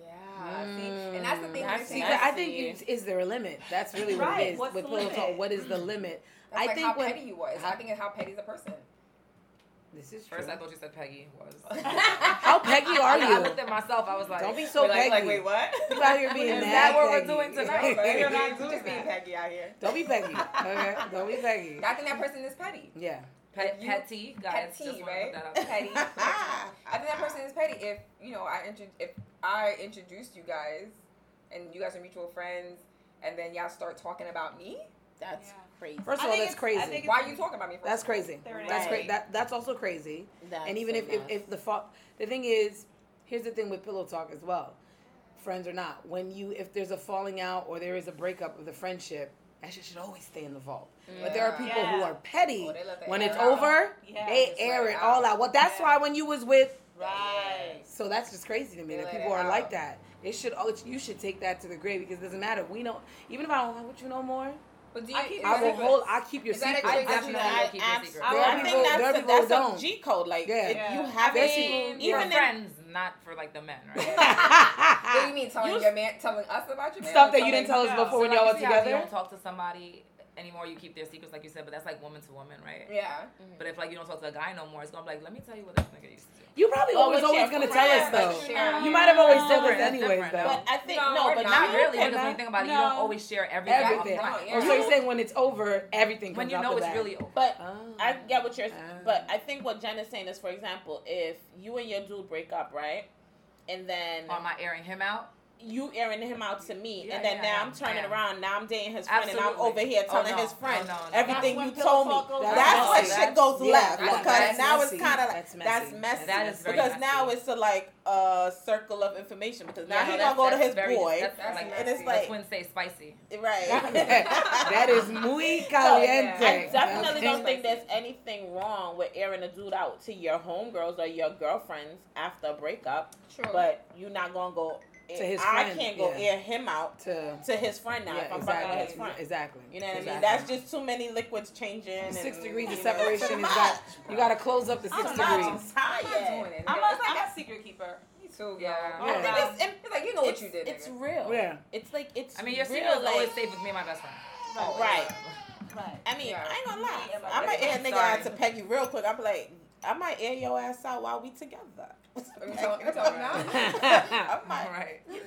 E: Ah,
C: Yeah, see, and that's the thing.
B: Mm,
C: with
E: See,
C: people.
B: That's
E: I think it's, is there a limit? That's really what
D: Right,
E: it is.
D: what's
E: With
D: the
E: pillow talk,
D: limit?
E: what is the limit?
C: That's
E: I
C: like
E: think
C: how
E: when-
C: petty you was. I think it's how petty the person.
E: This is true.
F: First, I thought you said Peggy was.
E: How Peggy are
F: I, I
E: you?
F: looked at myself. I was like,
E: Don't be so
F: like, like,
E: Peggy.
F: wait, what?
E: You out here being
F: Is
E: mad
F: that what we're
E: Peggy.
F: doing tonight?
C: Like,
D: You're
C: you're
D: not
C: not
D: doing
C: just being
D: that.
C: Peggy out here.
E: Don't be Peggy. Okay, don't be Peggy.
C: I think that person is petty.
E: Yeah.
F: Pet,
C: You-
F: petty, guys.
C: petty,
F: just wanna
C: right?
F: Put that out there.
C: Petty. I think that person is petty. If you know, I intro- if I introduced you guys, and you guys are mutual friends, and then y'all start talking about me,
H: That's
D: Yeah.
H: crazy.
A: First of all, that's
D: I think
A: crazy.
D: it's-
C: Why are you talking about me? first
A: That's
C: of all?
A: crazy.
D: There it
A: That's
D: is.
A: crazy. That, that's also crazy.
H: That's
A: and even
H: a
A: if, if,
H: mess.
A: if the fa- the thing is, here's the thing with pillow talk as well, friends or not. When you if there's a falling out or there is a breakup of the friendship, that shit should always stay in the vault. But there are people who
D: Yeah.
A: are petty
F: Oh, they let the
A: when
F: air
A: it's
F: out.
A: over.
D: Yeah,
A: they
F: just let
A: air
F: it
A: it all
F: out.
A: out. Well, that's
D: Yeah.
A: why when you was with,
D: Right.
A: so that's just crazy to me
F: They
A: that
F: let
A: people
F: it
A: are like
F: out.
A: that. It should al- you should take that to the grave because it doesn't matter. We know even if I don't like what you know more,
F: But do
D: I
F: you,
D: keep
F: is
A: I
F: that
A: will
F: a-
A: hold. I keep your
F: Is that a
A: secret.
F: good
A: I
F: definition?
A: do-
F: I-
B: I,
F: keep
B: abs-
F: a secret.
B: I,
A: There are
B: think
A: people- there are
B: that's, a,
A: people who
B: that's
A: don't.
B: a G code. Like,
A: Yeah.
B: if
D: Yeah.
B: you
F: I
B: have
F: mean,
B: it,
F: we're
B: even in,
F: friends, not for like the men, right?
A: What
C: What do you mean telling
B: You-
C: your man, telling us about your man?
A: Stuff
C: or
A: that you didn't tell
C: telling-
A: us
D: Yeah.
A: before when
F: like,
A: y'all
F: you
A: were
F: see how You
A: together.
F: don't talk to somebody anymore. You keep their secrets, like you said. But that's like woman to woman, right?
C: Yeah.
F: But if like you don't talk to a guy no more, it's gonna be like, let me tell you what this nigga used to do.
A: You probably
B: Well,
A: always
B: with
A: always
B: your
A: gonna tell us
F: friends,
A: though.
F: like,
D: share.
A: You might have always
F: No,
A: told us
F: it's
A: anyways
F: different,
A: though.
B: but I think
F: No,
B: no,
F: we're
B: but
F: not
B: you
F: really
B: can-
F: because when you think about it, you
D: No.
F: don't always share everything.
A: Everything.
F: Up front.
C: Oh,
A: Oh, so
F: You-
A: you're saying when it's over, everything comes
F: when you
A: out
F: know
A: the
F: it's
A: bag.
F: really over.
B: But
A: Oh.
B: I get what you're,
A: Ah.
B: but I think what Jen is saying is, for example, if you and your dude break up, right, and then
F: Am I airing him out?
B: you airing him out to me,
F: Oh, Yeah,
B: and then
F: yeah,
B: now
F: yeah,
B: I'm turning
F: yeah.
B: around, now I'm dating his friend, and I'm
F: Absolutely.
B: over here
F: Oh,
B: telling
F: no.
B: his friend
F: Oh, no, no, no.
B: everything
G: That's
B: you
G: when
B: told
G: pillow
B: me.
G: talk goes
B: That's,
A: down.
B: when
A: That's-
B: shit goes
A: yeah,
B: left
A: that's
B: because
A: messy.
B: now it's kind of like
A: That's messy.
B: that's messy.
F: That is very
B: because
F: messy.
B: now it's a, like a circle of information because now
F: no,
B: he's gonna
F: that's-
B: go to
F: that's
B: his
F: very-
B: boy,
F: That's, that's, like,
B: and it's
F: that's
B: like
F: when say spicy.
B: right.
A: that is muy
C: yeah.
A: caliente.
B: I definitely
A: Okay.
B: don't think there's anything wrong with airing a dude out to your homegirls or your girlfriends after a breakup,
H: True.
B: but you're not gonna go.
A: Oh. To his
B: I
A: friend,
B: can't go
A: yeah.
B: air him out
A: to
B: to his friend now if
A: yeah,
B: I'm fucking with his
A: exactly
B: friend.
A: exactly.
B: You know what I mean?
A: Exactly.
B: That's just too many liquids changing.
A: six
B: and,
A: degrees of
B: you know,
A: separation
B: too
A: is
B: much.
A: that you got to close up the six
B: I'm not,
A: degrees.
B: I'm tired.
C: doing it.
D: I'm always like a secret keeper.
C: Me too,
F: Yeah.
C: girl.
A: Yeah.
C: I think it's, it's like you know what
B: Um, It's-
C: you did.
B: It's
C: nigga.
B: real.
A: Yeah.
B: It's like it's.
F: I mean, your
B: real,
F: secret is
B: like-
F: always safe with me and my best friend.
B: Right.
D: Right.
B: I mean,
F: Yeah.
B: I ain't gonna lie.
D: Yeah, but
B: I might air a
F: I'm
B: nigga
F: sorry.
B: out to Peggy real quick. I'm like, I might air your ass out while we together.
C: Let me tell, let me tell him now.
B: I might.
F: Right.
C: Let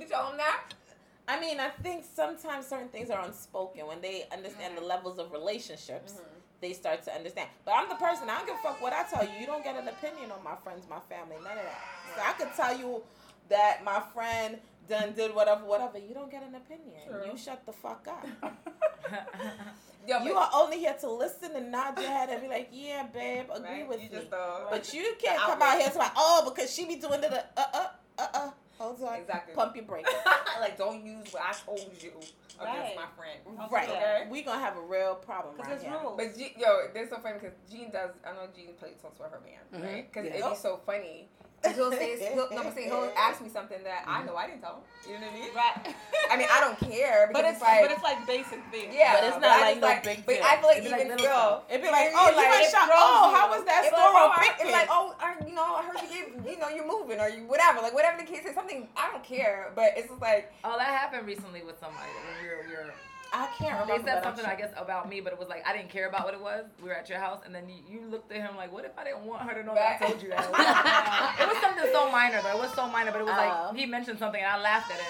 C: me tell him now.
B: I mean, I think sometimes certain things are unspoken. When they understand the levels of relationships, they start to understand. But I'm the person. I don't give a fuck what I tell you. You don't get an opinion on my friends, my family, none of that. So I could tell you that my friend done did whatever, whatever. You don't get an opinion.
C: True.
B: You shut the fuck up.
C: Yo,
B: you
C: but-
B: are only here to listen and nod your head and be like, yeah, babe, agree
C: right?
B: with
C: you
B: me.
C: just uh,
B: But you can't
C: The
B: come out here to like, oh, because she be doing the uh uh uh uh. Hold on,
C: Exactly.
B: pump your brakes.
C: like don't use what I told you against
D: Right.
C: my friend.
D: Don't
B: Right.
D: do that.
B: We gonna have a real problem.
D: Because
B: right
D: it's
B: here.
D: rules.
C: But G, yo, this is so funny because Gene does. I know Gene plays songs with her band,
B: Mm-hmm.
A: Mhm.
C: right? Because
A: Yeah.
C: it'd be so funny. 'Cause He'll say, he'll, no, I'm saying he'll ask me something that I know I didn't tell him. You know what I mean?
D: Right.
C: I mean, I don't care, because
D: But it's
C: like,
D: but it's like basic things.
C: yeah,
B: But it's not
C: I
B: like
C: just
B: no big
C: But
B: deal.
C: I feel like
F: It'd be
C: even
F: like
C: still,
F: little stuff.
B: It'd be like,
C: Maybe
B: oh,
C: it's
B: you
C: like-
B: went
C: it
B: shop. Oh,
C: throws you.
B: how was that
C: it's
B: store
C: like, oh,
B: on
C: I-
B: Pickens?
C: it's like, oh, I- you know, I heard you did, you know, you're moving or you whatever, like whatever the case is, something I don't care, but it's just like,
F: Oh, that happened recently with somebody. When we were, we were
B: I can't
F: They
B: remember.
F: said
B: but
F: something,
B: I'm
F: I
B: sure.
F: guess, about me, but it was like I didn't care about what it was. We were at your house, and then you, you looked at him like, "What if I didn't want her to know that I told you that?" it was something so minor, but it was so minor, but it was
B: Oh.
F: like he mentioned something, and I laughed at it.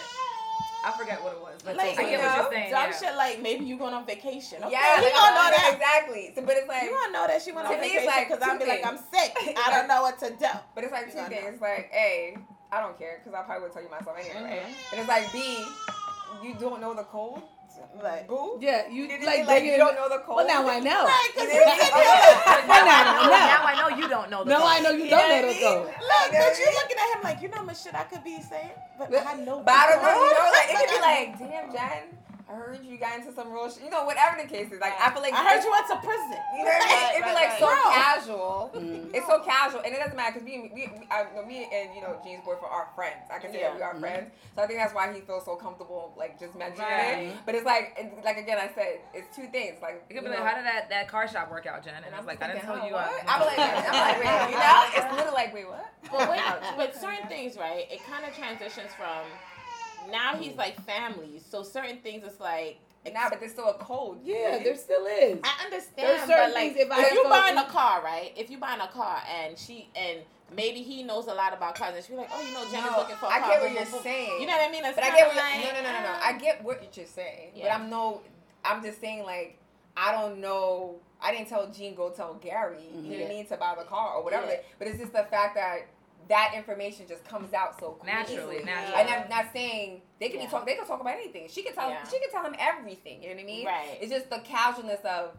F: I forget what it was, but
B: Like,
F: I get what
C: you know,
F: you're saying.
B: dumb
F: yeah.
B: shit like maybe you going on vacation. Okay,
C: yeah,
B: you
C: like,
B: gonna know
C: I'm-
B: that.
C: exactly. So, but it's like,
B: You gonna know that she went
C: To
B: on
C: me, it's
B: vacation
C: like
B: because
C: two
B: I'll be like, I'm
C: things.
B: sick. I don't know what to do.
C: But it's like
B: You
C: two
B: gotta know.
C: things. Like A, I don't care because I probably would tell you myself anyway. Right? And it's like B, you don't know the code,
B: Like,
C: boo.
E: Yeah, you
C: You
E: like,
C: like, like you
E: digging-
C: don't know the code.
E: Well, now I know.
B: like, 'cause
C: You
B: you
C: know?
B: sitting
C: Okay.
B: here like,
F: But now, I know,
E: No.
F: now I know you don't know. The
E: No,
F: code.
E: I know you
C: You
E: don't
C: know
E: know
C: what
E: the
C: I mean?
E: code.
B: look,
C: You know
B: but
C: what
B: you
C: I mean?
B: looking at him like, you know how much shit I could be saying, but I know.
C: But I don't know,
B: this.
C: you know, like it could be like, damn, Jen, I heard you got into some real shit. You know, whatever the case is. Like I feel like
B: I heard you went to prison.
C: You know what I mean?
D: Right,
C: It'd be
D: right,
C: like
D: right.
C: so
B: Girl.
C: casual.
A: Mm.
C: It's so casual, and it doesn't matter because me, and- we, we, I, no, me and you know Gene's boyfriend are friends. I can say
B: Yeah.
C: that we are friends, so I think that's why he feels so comfortable, like just mentioning
F: Right.
C: it. But it's like, it's, like again, I said, it's two things. Like
F: It could
C: you
F: be like,
C: know,
F: how did that, that car shop work out, Jen? And, I was like, I didn't
C: thinking,
F: tell
C: huh,
F: you.
C: What?
F: I,
C: I'm like, I'm like, wait, you know, it's literally like, wait, what?
B: But wait, but certain things, right? It kind of transitions from now he's like family, so certain things it's like
C: Nah, but there's still a code.
E: Yeah, there still is.
B: I
E: There's
B: understand,
E: certain
B: but like
E: things if
B: if,
E: I
B: you
E: go
B: buying
E: to-
B: a car, right? If you buying a car and she and maybe he knows a lot about cars, and she be like, oh, you know, Jen is
C: No,
B: looking for a
C: I
B: car.
C: get what
B: boom,
C: you're
B: boom, boom.
C: saying.
B: You know what I mean? It's
C: But I
B: kinda
C: get what
B: like,
C: no, no, no, no, no. I get what you're just saying, but
B: Yeah.
C: I'm no. I'm just saying, like, I don't know. I didn't tell Gene go tell Gary. You know what I
B: Yeah.
C: mean to buy the car or whatever.
B: Yeah.
C: But it's just the fact that that information just comes out so quickly.
F: Naturally, naturally.
C: And I'm not saying they can
B: Yeah.
C: be talk. They can talk about anything. She can tell.
B: Yeah.
C: She can tell him everything. You know what I mean?
B: Right.
C: It's just the casualness of,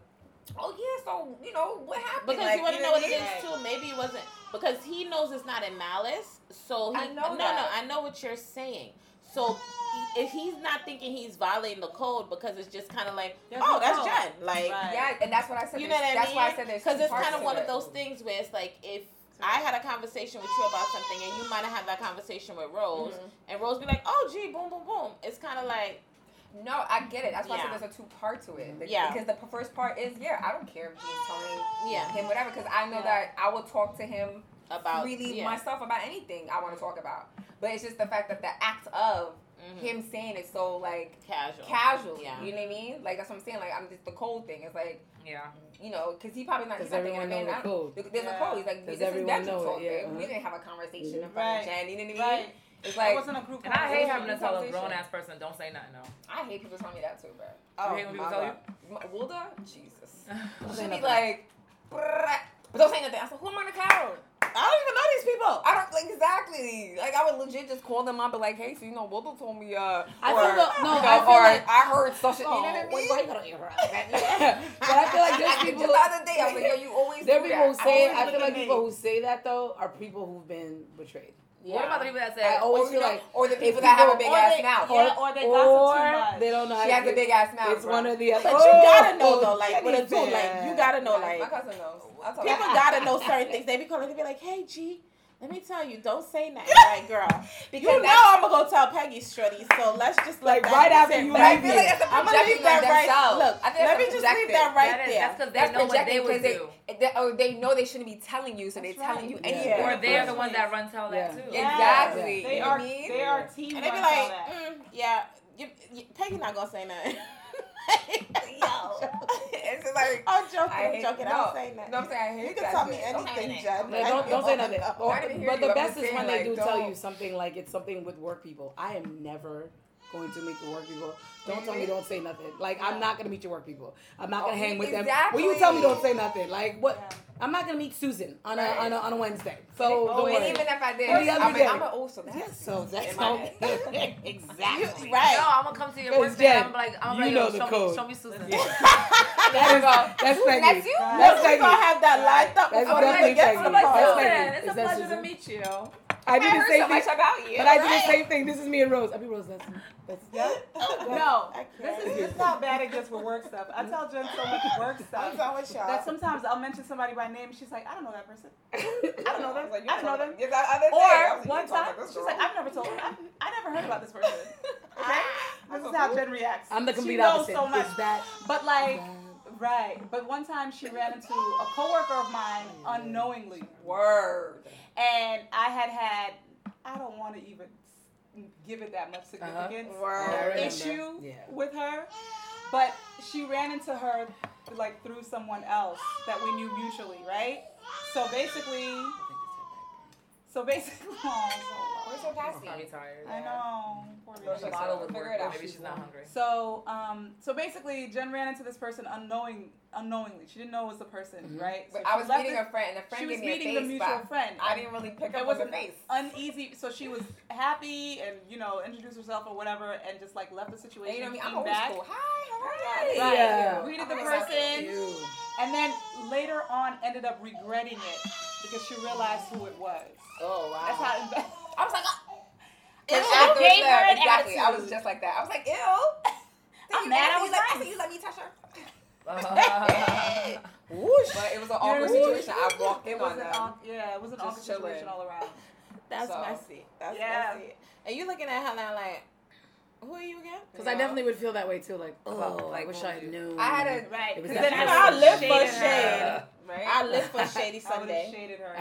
C: oh yeah, so you know what happened.
B: Because
C: Like,
B: you want to know
C: what
B: what it
C: I mean?
B: is too. Maybe it wasn't because he knows it's not in malice. So he
C: I know
B: no
C: that.
B: no I know what you're saying. So if he's not thinking he's violating the code because it's just kind of like
D: There's
B: oh
D: no
B: that's
D: code.
B: Jen like
D: Right.
C: Yeah, and that's what I said.
B: you know
C: there's-
B: what I
C: that's
B: mean
C: why I said there's
B: because
C: two
B: it's
C: parts
B: kind of
C: to
B: one
C: it.
B: of those things where it's like if I had a conversation with you about something and you might have had that conversation with Rose
C: Mhm.
B: and Rose be like oh gee boom boom boom it's kind of like
C: No, I get it. That's why I
B: Yeah.
C: said there's a two part to it. Like,
B: Yeah.
C: Because the p- first part is yeah, I don't care if he's telling
B: yeah
C: him whatever because I know that I will talk to him
B: about
C: really
B: yeah.
C: myself about anything I want to talk about. But it's just the fact that the act of
B: Mhm.
C: him saying it so like
B: casual
C: casually.
B: Yeah.
C: You know what I mean? Like that's what I'm saying. Like I'm just the cold thing. It's like
F: Yeah.
C: you know because he probably not.
E: Does
C: He's not thinking,
E: everyone know
C: man,
E: the
C: I don't-
E: code?
C: there- There's
D: Yeah.
C: a code. He's like,
E: Does
C: this is
E: everyone
C: bedroom
E: know it?
C: talk.
E: Yeah,
C: babe. We
E: uh-huh.
C: didn't have a conversation
B: Mm-hmm.
C: in front
D: Right.
C: of Jen. You know what I mean?
D: Right.
C: It's
D: It
C: like
D: wasn't a group
F: And I
D: conversation.
F: hate having to tell a
C: Conversation.
F: grown ass person, don't say nothing, no.
C: I hate people telling me that too, bro.
F: You hate when people
C: my
F: tell
C: God. My- Wilda, Jesus.
E: Don't
C: She
E: say
C: be
E: nothing.
C: like, "Bruh," but don't say nothing. I said, who am I to clown?
B: I don't even know these people
C: I don't like exactly. Like I would legit just call them up and like, hey, so you know, Wilda told me, uh,
E: I
C: or,
E: feel the- no,
C: you know,
E: I feel
C: or
E: like-
C: I heard such. a- You know what I
E: Oh, wait,
C: mean?
E: wait, hold on, you're right. but I feel like there's people.
C: Just the other day, I was like, yo, you always.
E: There are
C: do
E: people who
C: that.
E: say it.
C: always
E: I feel
C: look
E: like
C: at
E: people who say that though are people who've been betrayed.
F: What about the people that say,
E: I
C: Or,
E: always
C: you
E: feel
C: know,
E: like
C: or the people
E: if
C: that have a
E: people-
C: big
E: or
C: ass
E: they-
C: mouth.
D: Yeah, or they
E: or
D: gossip too much.
E: they don't know.
C: She
E: how
C: has
E: to
C: a big ass mouth.
E: It's
C: bro.
E: one or the other.
B: But you gotta
E: Oh,
B: know though, like what
E: what
B: a dude, like you gotta know,
C: My
B: like
C: cousin knows. I told her.
B: people gotta know certain things. They be calling, they be like, "Hey, G, let me tell you, don't say nothing, like girl.
C: Because
B: You know
C: that's-
B: I'm gonna go tell Peggy, Shorty. So let's just let
E: Like,
B: that
E: right
B: be
E: after
B: said.
E: you
B: But
E: leave
B: I
E: here.
B: feel like that's a
C: I'm gonna
B: projection
C: leave that
B: of themselves.
C: right- look, I
B: Look,
C: think
B: let
C: that's
B: me just leave
C: a
B: that
C: projected.
B: right
F: that is,
B: there.
F: that's because they
C: That's
F: know what they
C: projecting
F: would
C: because
F: do.
C: they, they, or they know they shouldn't be telling you, so they're
D: That's right.
C: telling you
E: Yeah.
B: Yeah.
C: anything.
F: Or they're the
D: Yeah.
F: ones that run tell that too.
D: Yes.
C: Exactly.
D: They
C: You know
D: are.
C: what I mean?
D: They are team.
B: and they be
D: runs
B: like,
D: all that.
B: mm, "Yeah, you, you, Peggy not gonna say nothing."
C: Yo, it's just like
B: I'm joking.
C: I
B: I'm
C: hate-
B: joking.
C: no,
B: Don't say nothing.
C: no, I'm saying I hate
B: You can
C: that
B: tell
C: shit.
B: me
C: Don't say
B: anything,
C: anything.
B: Jen.
E: No, don't, don't say nothing. Or-
C: I didn't hear
E: but
C: you.
E: the
C: I'm
E: best
C: just
E: is when
C: saying,
E: they do
C: like,
E: tell
C: don't-
E: you something like it's something with work people. I am never going to meet the work people. Don't tell me don't say nothing. Like I'm not gonna meet your work people. I'm not gonna
C: Oh,
E: hang with them. When you tell me don't say nothing, like what? I'm not gonna meet Susan on a on a, on a Wednesday. So
C: Oh,
E: don't
C: and
E: worry.
C: even if I did,
E: Or the other
C: I'm,
E: day.
C: a, I'm an old so that's
E: Yes, so that's
C: in my
E: how-
C: head.
E: exactly
B: You- right.
F: No, I'm gonna come to your
E: Cause
F: work and
E: Jen,
F: I'm like, I'm
E: you
F: like,
E: know
F: yo,
E: the
F: show me,
E: code.
F: show me Susan.
E: That is- That's Peggy.
C: That's you.
B: We're
E: That's Peggy.
B: gonna have that lined up
E: That's
B: before we
E: definitely
B: even get to
E: Peggy.
B: the
E: That's
B: part.
E: Peggy.
F: Susan, it's
E: Is
F: a
E: that
F: pleasure
E: Susan?
F: to meet you.
E: I
C: I
E: did the
C: heard so
E: same
C: much
E: thing.
C: about you.
E: But I did the same thing. This is me and Rose. I mean Rose. That's that's
D: No,
B: I
D: this
B: can't.
D: is it's not bad at just for work stuff. I tell Jen so much work
B: I'm
D: stuff
B: done with y'all.
D: that sometimes I'll mention somebody by name. She's like, I don't know that person. I don't know them.
C: Like, you
D: I don't know
C: talk-
D: them.
C: Yeah, the other day, I
D: Or
C: was like, you
D: one
C: talk
D: time,
C: this
D: she's
C: girl.
D: like, I've never told. I, I never heard about this person. Okay, this is how Jen reacts.
E: I'm the complete
D: she knows
E: opposite.
D: so much.
E: Is that
D: But like, right? But one time she ran into a coworker of mine unknowingly,
C: Word.
D: and I had had. I don't want to even give it that much significance.
E: I
C: Uh-huh. Word.
E: remember.
D: issue
E: Yeah.
D: with her, but she ran into her like through someone else that we knew mutually, right? So basically, so basically,
C: We're
D: oh,
C: so
F: I'm
C: nasty.
F: probably tired.
D: I know. Poor
C: Throw
D: baby.
C: some bottle with
F: Figure
C: work,
F: it
C: though.
F: out. Maybe she's not hungry.
D: So, um, so basically, Jen ran into this person unknowing, unknowingly. She didn't know it was the person, right? So
C: Mm-hmm. But I
D: she
C: was
D: left
C: meeting
D: it-
C: a friend, and a
D: She
C: friend
D: was
C: gave me a
D: meeting the
C: face,
D: mutual
C: but
D: friend.
C: I didn't really pick
D: There
C: up on the
D: wasn't-
C: face.
D: uneasy. So she was happy and you know introduced herself or whatever, and just like left the
C: And
D: situation.
C: you know what I mean?
D: came
C: I'm old
D: back.
C: school. Hi, how are
D: Right.
C: you?
E: Yeah.
D: Greeted the
C: I'm
D: person,
E: Ew.
D: and then later on ended up regretting it because she realized who it was.
B: Oh wow.
D: That's how. embar-
C: I was like, oh.
D: Ew,
C: Exactly,
D: I gave her an
C: exactly. I was
D: attitude.
C: just like that. I was like, ew.
D: I'm mad I was
C: like,
D: nice.
C: so you let me touch her. uh,
B: Whoosh.
C: But
D: You
C: it was an
D: know what
C: awkward
D: I mean?
C: situation. I walked in
D: It was
C: on
D: an
C: them.
D: awk- yeah, it was an
C: Just
D: awkward
C: chilling.
D: situation all around.
B: That's
C: So-
B: messy. That's
D: Yeah.
B: messy. And you looking at her now like, who are you again?
E: Because I definitely would feel that way too. Like, oh,
C: like,
E: I wish
C: what
E: I
C: would you-
E: knew.
C: I had a
D: Right.
E: It was
D: 'cause
E: that
D: then
E: person.
D: I
B: I live
D: would've
B: for
D: shaded her.
B: shade.
C: right.
B: I live for shady
D: I would have
B: Sunday.
D: shaded her.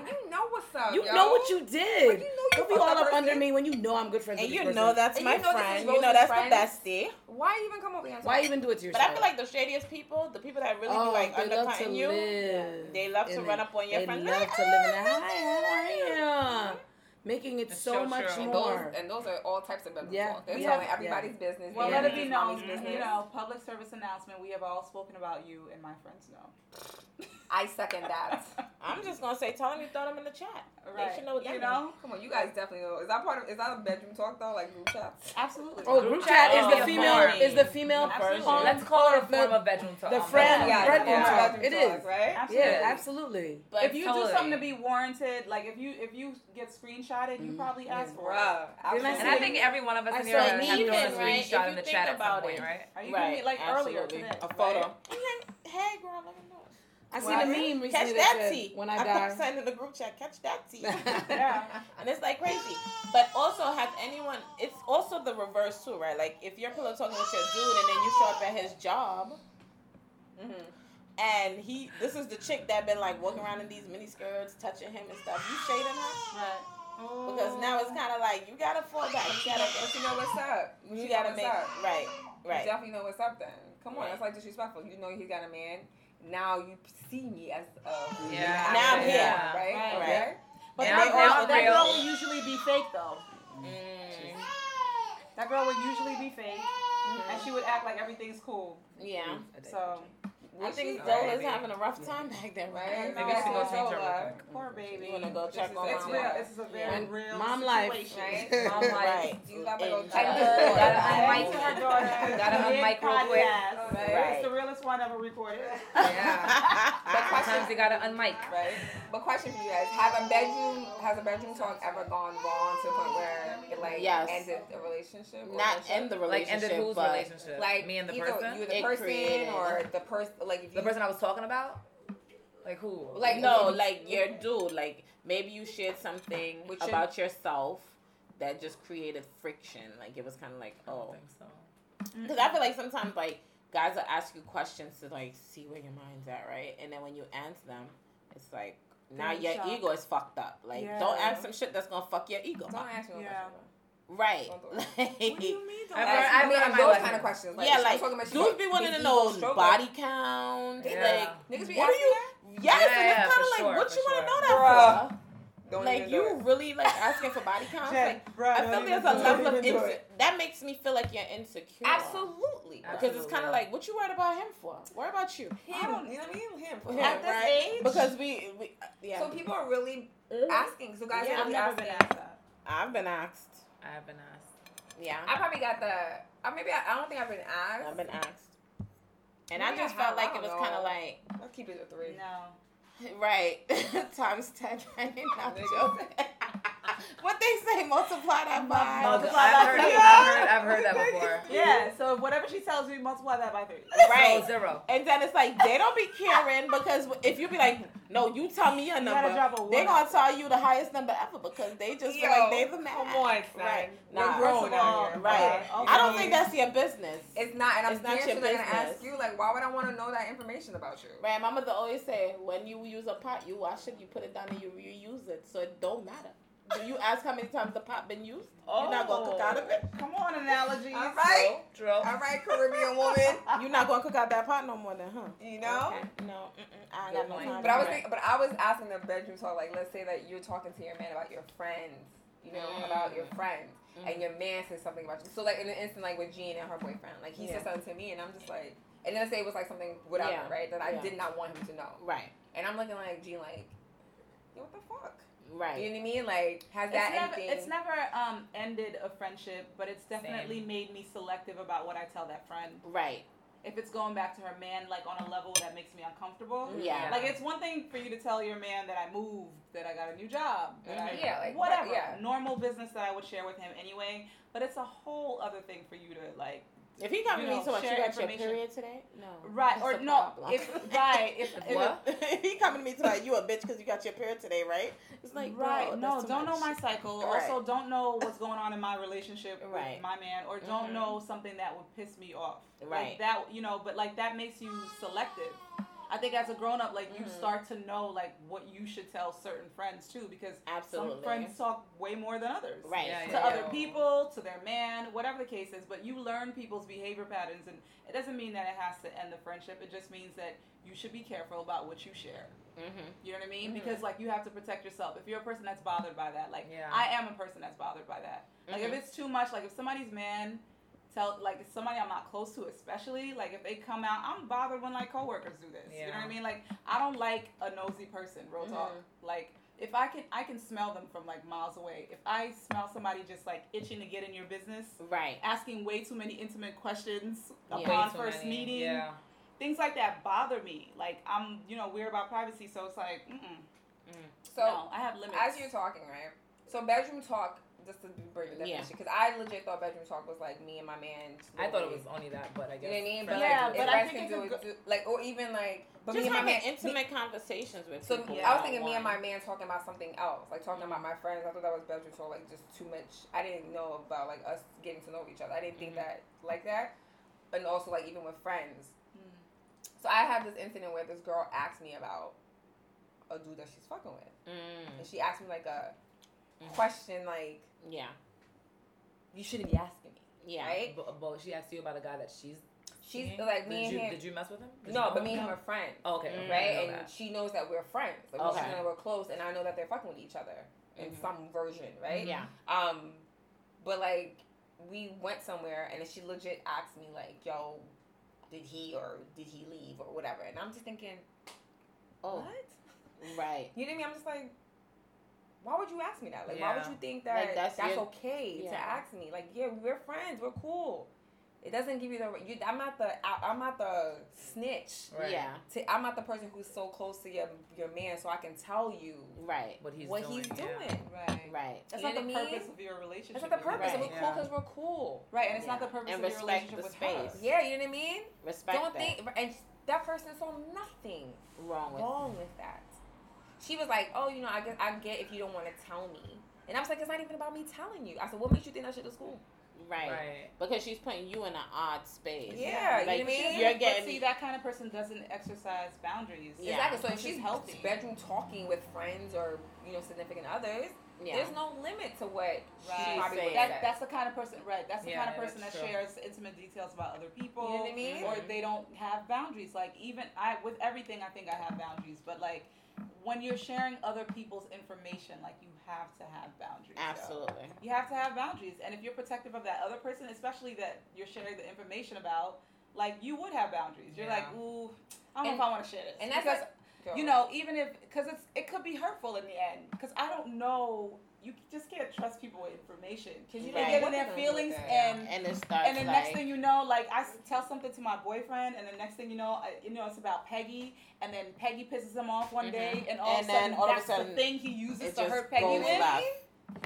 C: And
E: a.
C: you know what's up.
E: you
C: yo.
E: know what you
C: But
E: did.
C: you know you
E: Don't be
C: fucked
E: all
C: that
E: up under
C: person.
E: me when you know I'm good friends
B: And
E: with this
B: you
E: person.
B: know that's
C: And
B: my
C: you know this is
B: friend. You know
C: Rose's
B: that's
C: friend.
B: the bestie.
C: Why even come over here? and
E: Why
C: talk?
E: even do it to
B: But I
E: yourself?
B: feel like the shadiest people, the people that really be like
E: Oh, they love to
B: undercutting you,
E: live.
B: they love to
E: in
B: run
E: it.
B: up on your
E: They
B: friend.
E: love to live in that. Hi, how are you? Making it
F: It's
E: so,
F: so
E: much
F: true.
C: And those, uh,
E: more.
C: and those are all types of bedroom
E: Yeah,
C: talk. They're
E: yeah,
C: telling
E: yeah.
C: everybody's business.
D: Well,
C: they're
D: let it be
C: everybody's
D: known,
C: mommy's business.
D: you know, public service announcement. We have all spoken about you, and my friends know.
C: I second that.
B: I'm just gonna say, tell them you throw them in the chat.
D: Right.
B: They should know what that
D: you
B: means.
D: know?
C: Come on, you guys definitely know. Is that part of? Is that a bedroom talk though? Like group chats?
D: Absolutely.
A: Oh, group chat is
F: Oh,
A: the female.
F: boring.
A: Is the female
B: Absolutely.
A: part-
F: Let's call it a
A: the-
F: form of bedroom talk.
A: the
F: Oh my
A: friend-
F: God.
A: Yeah, bedroom
C: it's
A: talk.
C: bedroom
A: It
C: talk,
A: is.
C: right.
D: Absolutely.
A: Yeah, absolutely.
F: Like,
D: if you
F: totally.
D: do something to be warranted, like if you if you get screenshotted, you probably ask for it.
A: Didn't
C: Bruh,
A: I
F: And
C: absolutely.
F: I think every one of us
A: I
F: in here
A: saw
F: have
A: an
F: done
A: even,
F: a
B: right? If
F: screenshot
B: you
F: in the
B: think
F: chat at some
B: about
F: point,
B: it.
F: right?
D: Are you
B: Right,
D: kidding me? Like earlier
B: absolutely.
D: today,
B: A photo.
D: right?
B: And then, hey, girl, let me know.
A: I seen
D: Well,
A: a meme recently
B: Catch
A: that
B: that
A: said,
B: tea.
A: "When I
B: I
A: die."
B: put something in the group chat. Catch that tea.
D: Yeah.
B: and it's like crazy. But also, has anyone? It's also the reverse too, right? Like if you're pillow talking with your dude, and then you show up at his job,
C: Mhm.
B: and he, this is the chick that been like walking around in these mini skirts, touching him and stuff. You shading her because now it's kind of like you gotta fall back. You gotta,
C: But you know what's up.
B: you
C: know
B: gotta
C: what's
B: make
C: up.
B: right,
C: You
B: right.
C: definitely know what's up then. Come on,
B: Right.
C: that's like disrespectful. You know he's got a man. Now you see me as a
F: Yeah.
B: Now I'm
C: Yeah.
B: here.
C: Right?
D: Right.
C: Okay?
B: But
F: And
B: they
F: I'm
B: also
F: not
B: think-
D: That
F: real.
D: girl will usually be fake though.
B: Mm,
D: That girl would usually be fake,
B: Mm-hmm.
D: and she would act like everything's cool.
B: yeah.
D: So
B: I
C: Which is
B: think
C: right.
B: Dola's having a rough time back there, right?
C: Right?
F: Maybe she gonna
C: So,
F: change her real
C: uh,
F: quick.
D: poor
B: You
D: baby.
B: wanna go check on
D: It's
B: mom?
D: real. This is a very
A: When
D: real
A: mom life.
D: situation.
C: Right?
F: Mom life.
C: Do you love it or
B: And-
C: not?
F: Gotta-
D: Right.
F: gotta
D: Thanks to her daughter.
F: Gotta
D: Big
F: unmic real quick.
D: podcast.
C: Right.
D: It's the realest one ever recorded.
C: Yeah. But
F: Sometimes
C: question,
F: you gotta unmic.
C: right? But question for you guys: Has a bedroom has a bedroom talk ever gone wrong to the point where it like
B: Yes.
C: ended a relationship? or
B: Not
C: friendship?
B: end the
F: Like
B: relationship,
F: ended whose
B: but
F: relationship?
C: like
F: me and the
C: either
F: person.
C: You the
B: It
C: person
B: created.
C: or the person like if you
F: the person I was talking about. Like who?
C: Like-
B: no, like your dude, like maybe you shared something
C: Which
B: about yourself that just created friction. Like it was kind of like
F: I don't
B: oh,
F: think so.
C: Mm-hmm.
B: because I feel like sometimes like guys will ask you questions to like see where your mind's at, right? And then when you answer them, it's like now
D: Then
B: your
D: shock.
B: ego is fucked up. Like
D: Yeah.
B: don't ask some shit that's gonna fuck your ego.
C: don't
B: up.
C: ask me. no
D: Yeah.
C: questions.
B: Right.
C: Don't do it.
B: Like,
D: mean?
F: I've
C: Like,
F: heard-
C: you know,
F: I've heard
C: like
F: my
C: those
F: life.
C: kind of questions. Like,
B: yeah,
C: I'm
B: like
C: talking about
B: dudes
C: shit,
B: be wanting
C: his
B: to know
C: ego stroke,
B: body count. Like
F: Yeah.
C: Niggas be
B: what do
C: asking
B: you- yes, and
F: Yeah,
B: it's kind
F: for
B: of
F: sure,
B: like what
F: for
B: you want to know
F: sure.
B: that
C: Bruh.
B: for?
C: that? Don't
B: Like
C: even do
B: you
C: it.
B: really like asking for body counts. Like I feel there's a level of insecurity that makes me feel like you're insecure.
C: Absolutely.
B: Because it's kind of like, what you worried about him for? Worry about you.
C: Him, you know what I mean? Him.
B: Him,
C: At this
B: right?
C: age.
B: Because we, we yeah.
C: So people are really asking. So guys
B: Yeah,
C: are
B: I've
D: I've
C: really
D: never
C: asking.
D: been asked that.
B: I've been asked.
F: I have been asked.
B: Yeah,
C: I probably got the. Or maybe I, I don't think I've been asked.
B: I've been asked. And I
C: Maybe I
B: just felt
C: have,
B: like
C: I
B: it was
C: don't
B: kind of
C: know.
B: like,
C: I'll keep it at three.
D: No.
B: right, times 10, right? Not
C: Nigga.
B: joking. what they say, multiply that by.
F: I've heard,
D: Multiply
F: I've
D: that
F: heard,
D: by-
F: I've heard that before.
D: Yeah. So whatever she tells me, multiply that by three.
B: Right.
F: So zero.
B: And then it's like they don't be caring because if you be like, no, you tell me your
D: You gotta
B: number,
D: drop a one.
B: they gonna tell you the highest number ever because they just feel like
C: Yo,
B: they the man.
C: come on, son.
B: right?
C: We're
B: Nah.
C: grown
D: First of
C: out
D: all,
C: here.
B: Right.
D: Okay.
B: I don't think that's your business.
C: It's not, and I'm
B: It's not
C: serious.
B: your
C: I'm gonna ask
B: business.
C: you, like, why would I want to know that information about you?
B: Right, my mother always say, when you use a pot, you wash it, you put it down, and you reuse it, so it don't matter. Do you ask how many times the pot been used? You're not gonna cook out of it.
D: Come on, analogies.
C: All right,
F: Zero.
C: all right, Caribbean woman.
B: You're not gonna cook out that pot no more than, huh?
C: You know.
B: Okay. No, mm-mm, I ain't
F: Good
B: got no
F: point.
B: time.
C: But I was
B: for that.
C: thinking, but I was asking the bedroom talk. Like, let's say that you're talking to your man about your friends, you know,
B: Mm.
C: about your friends,
B: Mm.
C: and your man says something about you. So, like in an instant, like with Jean and her boyfriend, like he
B: Yeah.
C: said something to me, and I'm just like, and then say it was like something whatever,
B: Yeah.
C: right? That I
B: Yeah.
C: did not want him to know,
B: Right,
C: and I'm looking like Jean, like, yo, what the fuck?
B: right.
C: You know what I mean? Like, has
D: It's
C: that
D: never,
C: anything?
D: it's never um, ended a friendship, but it's definitely made me selective about what I tell that friend.
B: Right.
D: If it's going back to her man, like on a level that makes me uncomfortable,
B: Yeah.
D: Like it's one thing for you to tell your man that I moved, that I got a new job, that I
B: Mm-hmm.
C: Yeah, like,
D: whatever
C: yeah.
D: normal business that I would share with him anyway. But it's a whole other thing for you to like
B: If he coming
D: You
B: to me
D: know,
B: so much, you
D: share
B: got your
D: information.
B: period today? No.
D: right
B: Oh, That's
D: or
B: the
D: no
B: problem.
D: if right if, if
F: What?
B: If he coming to me to like you a bitch because you got your period today, right? It's like
D: right
B: bro,
D: no
B: that's too
D: don't know my
B: much.
D: cycle
B: Right.
D: also don't know what's going on in my relationship
B: Right.
D: with my man or don't
B: Mhm.
D: know something that would piss me off
B: Right.
D: like that you know but like that makes you selective i think as a grown-up like you
B: Mm-hmm.
C: Mhm.
D: start to know like what you should tell certain friends too because
B: absolutely
D: some friends talk way more than others
B: right.
F: Yeah,
D: to
F: yeah,
D: other
F: yeah.
D: people to their man whatever the case is but you learn people's behavior patterns and it doesn't mean that it has to end the friendship it just means that you should be careful about what you share
B: Mm-hmm.
D: you know what I mean?
C: Mhm.
D: Because like you have to protect yourself. If you're a person that's bothered by that, like
F: Yeah. Mm-hmm.
D: I am a person that's bothered by that. Like
B: Mhm.
D: if it's too much, like if somebody's man tell like somebody I'm not close to, especially like if they come out, I'm bothered when like coworkers do this. You know what
F: Yeah. Mm-hmm.
D: I mean? Like I don't like a nosy person. Real talk. Like if I can, I can smell them from like miles away. If I smell somebody just like itching to get in your business,
B: Right.
D: asking way too many intimate questions
B: Yeah.
D: upon
F: Way too
D: first
F: many.
D: meeting,
F: Yeah.
D: things like that bother me. Like I'm, you know, weird about privacy, so it's like, mm-mm.
C: So
D: no, I have limits.
C: as you're talking, right? So bedroom talk, just to bring the
B: Yeah.
C: definition, because I legit thought bedroom talk was like me and my man.
F: I thought it was only that, but I
C: You
F: guess.
C: know what I mean?
F: friends
C: But
D: Yeah,
C: like,
D: but
C: if
D: I
C: guys
D: think
C: can
D: it's
C: do
D: a
C: it, do, like, or even like, but
B: Just
C: me and my
B: having
C: man. me-
B: intimate conversations with
C: so
B: people.
C: I was thinking me
B: one-on-one.
C: and my man talking about something else, like talking about my friends. I thought that was bedroom talk, like just too much. I didn't know about like us getting to know each other. I didn't think
B: Mhm.
F: Mm-hmm.
C: that like that, and also like even with friends.
D: Mm.
C: So I had this incident where this girl asked me about a dude that she's fucking with,
B: Mm,
C: and she asked me like a
F: Mm.
B: Mhm.
C: question like.
B: yeah,
C: you shouldn't be asking me,
B: yeah.
C: right?
F: But, but she asked you about a guy that she's.
C: She's
F: seeing?
C: like me
F: did
C: and
F: you,
C: him.
F: Did you mess with him? Did you
C: no,
F: know
C: but
F: him?
C: me and him are friends,
F: Oh, okay.
B: Mm.
F: okay, I know
C: right? And
F: that.
C: she knows that we're friends. Like
F: Okay.
C: she knows we're close, and I know that they're fucking with each other in
B: Mhm.
C: some version, right?
B: Yeah.
C: Um, but like we went somewhere, and then she legit asked me like, "Yo, did he or did he leave or whatever?" And I'm just thinking,
B: Oh,
C: what?
B: right.
C: You know what I mean? I'm just like, why would you ask me that? Like, why would
F: Yeah.
C: you think that
B: Like, that's
C: that's,
B: your-
C: okay
B: yeah.
C: to ask me? Like, yeah, we're friends, we're cool. It doesn't give you the. You, I'm not the. I, am not the snitch.
F: Right.
B: Yeah,
C: To, I'm not the person who's so close to your your man, so I can tell you
B: right,
F: What he's
C: what
F: doing.
C: he's doing.
F: yeah.
D: Right.
B: right.
C: That's
D: you
C: not the
D: know what I mean?
C: purpose.
D: of your relationship.
C: That's not the purpose.
B: Right,
C: and we're cool
F: yeah.
C: because we're cool.
D: Right, and it's
B: Yeah.
D: not the purpose
B: And
D: of your
B: respect
D: relationship
B: the
D: with her.
B: space.
C: Yeah, you know what I mean.
B: Respect
C: Don't
B: that.
C: think. And that person saw nothing
B: wrong with
C: wrong with that. She was like, "Oh, you know, I get, I get if you don't want to tell me." And I was like, "It's not even about me telling you." I said, "What makes you think that shit is cool?"
B: right.
F: Right.
B: because she's putting you in an odd space.
C: Yeah,
B: like
C: you know what I mean?
B: you're
D: But see,
B: getting
D: that kind of person doesn't exercise boundaries.
B: Yeah.
C: Exactly. So if
D: Which is
C: she's
D: healthy.
C: bedroom talking with friends or you know significant others,
B: yeah,
C: there's no limit to what
D: Right.
C: she probably
B: She's
C: would
B: saying.
C: have
D: That,
C: said.
D: that's the kind of person, right? That's the
F: Yeah,
D: kind of person that
F: that's true.
D: shares intimate details about other people,
C: you know what I mean?
D: or they don't have boundaries. Like even I, with everything, I think I have boundaries. But like when you're sharing other people's information, like you have to have boundaries. yo.
B: absolutely.
D: You have to have boundaries, and if you're protective of that other person, especially that you're sharing the information about, like you would have boundaries. You're like,
C: Yeah.
D: ooh, I don't
C: And-
D: know if I want to share this.
C: and that's
D: Because
C: Girl.
D: you know, even if because it's it could be hurtful in the end. Because I don't know, you just can't trust people with information. Because you
B: Right.
D: get in
C: What
D: their
C: the hell is
D: feelings
C: that?
D: and.
B: And it starts
D: And the
B: like,
D: next thing you know, like I s- tell something to my boyfriend, and the next thing you know, I, you know it's about Peggy, and then Peggy pisses him off
C: Mm-hmm.
D: one day, and all
B: And
D: of a sudden
B: then all of a
D: that's
B: sudden,
D: the thing he
B: it
D: uses to
B: just
D: hurt Peggy
B: goes
D: with.
B: left.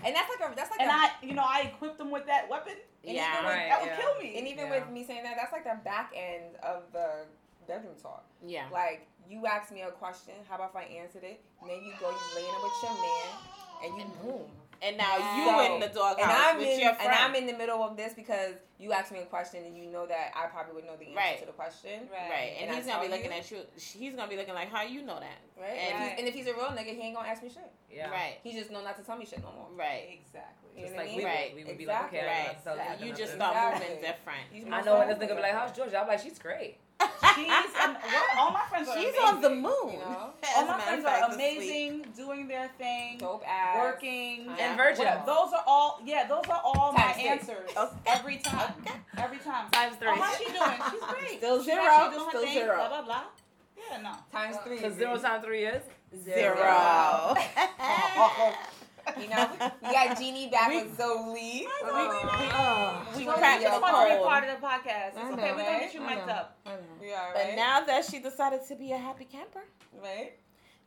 C: and that's like a that's like
D: And
C: a,
D: I, you know, I equipped him with that weapon. And
B: Yeah.
D: he's gonna-
F: Right,
D: that would
F: yeah.
D: kill me.
C: and even
F: Yeah.
C: with me saying that, that's like the back end of the bedroom talk.
B: yeah,
C: Like you asked me a question, how about if I answered it? And then you go, you laying it with your man, and you boom.
B: and now
C: So-
B: you in the doghouse
C: And I'm
B: with
C: in
B: your
C: and
B: friend.
C: I'm in the middle of this because you asked me a question and you know that I probably would know the answer
B: Right.
C: to the question.
B: right, and,
C: And
B: he's
C: I
B: gonna be
C: tell
B: looking
C: you-
B: at you. He's gonna be looking like, how you know that?
C: Right? And,
B: And-
C: if he's- and if he's a real nigga, he ain't gonna ask me shit.
F: Yeah.
B: Right,
C: He just know not to tell me shit no more.
B: right.
D: Exactly.
C: You know
F: Just
C: what I
F: like
C: mean?
F: we
B: Right.
F: would, we would be like, okay,
B: Right.
F: I'm gonna tell
C: Exactly.
B: You
F: nothing
B: just
F: about
B: start
C: Exactly.
B: moving different.
C: He's
F: this.
C: my
F: I know when this
C: friend.
F: nigga be like, how's Georgia? I'm like, she's great.
D: She's am- well, all my friends are
B: She's
D: amazing.
B: on the moon.
C: You know?
B: As
D: All
B: a
D: my
B: matter of
D: friends
B: fact,
D: are
B: this week.
D: amazing, doing their thing,
C: Dope ass.
D: working.
C: kind
F: And
C: of-
F: virgin.
D: Yeah, those are all. Yeah, those are all my
C: Times three.
D: answers every time. Every time.
F: Times three.
D: Oh, how's she doing? She's great.
B: Still
D: She's
B: zero,
D: actually doing her
B: still
D: thing,
B: zero.
D: Blah blah blah. Yeah, no.
C: Times three.
F: Because zero times three is
B: Zero.
C: You know? We got Jeannie back with Zoe.
B: we
A: Oh,
D: So
B: cracked
D: you
B: the
D: just want to be
B: code.
D: part of the podcast. It's
C: I know,
D: okay. We're gonna
C: right?
D: get you
C: I
D: mic'd
C: know.
D: up.
C: We are,
B: But
C: right?
B: now that she decided to be a happy camper,
C: right?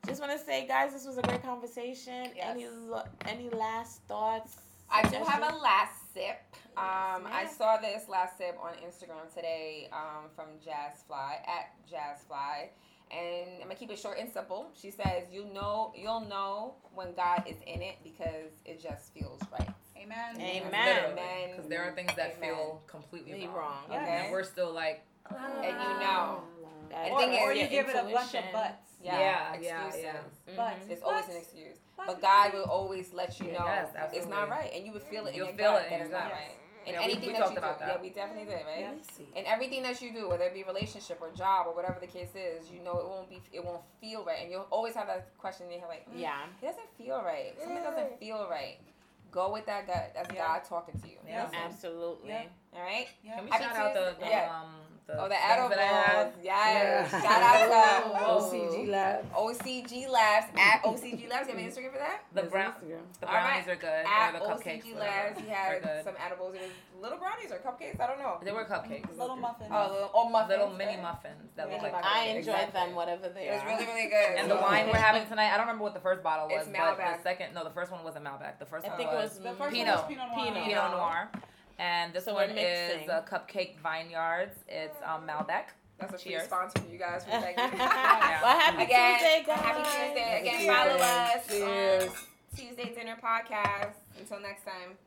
B: just want to say, guys, this was a great conversation.
C: Yes.
B: Any lo- any last thoughts?
C: I do have
B: suggestions?
C: a last sip. Um, I
B: ma'am.
C: saw this last sip on Instagram today um, from Jazzfly at Jazzfly, and I'm gonna keep it short and simple. She says, "You know, you'll know when God is in it because it just feels right."
D: Amen.
B: Amen.
C: Amen.
F: Because there are things that
C: Amen.
F: feel completely
B: Really
F: wrong.
B: wrong.
D: Yeah.
C: Okay.
F: And we're still like,
C: And you know,
B: That-
C: Or-
B: that's your
C: or
D: you give it a bunch of
B: intuition. Mm-hmm.
D: butts.
C: yeah,
F: yeah, yeah,
C: excuses.
F: yeah.
D: But
C: There's always an
D: But-
C: excuse,
D: but-
C: but God will always let you know
F: Yes,
C: it's
F: absolutely.
C: not right, and you would feel it.
F: You'll
C: in your
F: feel
C: gut
F: it in
C: that
F: your
C: it's not
F: gut.
C: right. And
F: Yeah, we-
C: anything
F: we
C: that
F: talked
C: you do,
F: about that.
C: yeah, we definitely did, right?
B: Let me see.
C: And everything that you do, whether it be relationship or job or whatever the case is, you know it won't be, it won't feel right, and you'll always have that question in your head, like, mm,
B: Yeah.
C: it doesn't feel right. Something doesn't feel right. Go with that gut. That's
D: Yeah.
C: God talking to you.
F: Yeah.
C: Listen.
B: Absolutely.
D: Yeah.
B: All right.
F: Can we
C: I
F: shout
C: think
F: out the,
C: she's-
F: the
C: yeah.
F: um the
C: Oh, the
F: things
C: edibles.
F: that I had?
C: Yes.
A: Yeah.
C: Shout out to
F: Whoa.
A: OCG Lab.
C: OCG Labs at OCG Labs. You have an Instagram for that?
F: The
A: There's
F: brown
A: Instagram.
F: the
C: All right.
F: brownies are good.
C: At
F: or the cupcakes.
C: OCG
F: whatever.
C: Labs, he
F: They're
C: had
F: good.
C: some edibles. It was little brownies or cupcakes. I don't know.
F: They were cupcakes.
D: Little muffins.
C: Oh, little, oh muffins.
F: Little mini
C: right?
F: muffins that
C: Mini
F: look like
C: muffins.
B: I
F: cupcakes.
B: enjoyed them, whatever they
C: It was
B: are.
C: really really good.
F: And the
C: So-
F: wine we're having tonight, I don't remember what the first bottle was,
C: It's
F: but the
C: Malbec.
F: second, no, the first one wasn't Malbec. The first
B: I
F: one
B: think it was
D: The first
F: Pinot.
D: one was Pinot Noir.
F: Pinot,
C: Pinot.
F: Noir. And this
B: So we're
F: one is
B: mixing.
F: uh, Cupcake Vineyards. It's um, Malbec.
C: That's a free
F: Cheers.
C: sponsor for you guys. We
B: well,
C: thank you.
B: happy
C: Again,
B: Tuesday, guys.
C: Happy Tuesday. Again,
A: Cheers.
C: follow us. on
A: Cheers.
C: Tuesday Dinner Podcast. Until next time.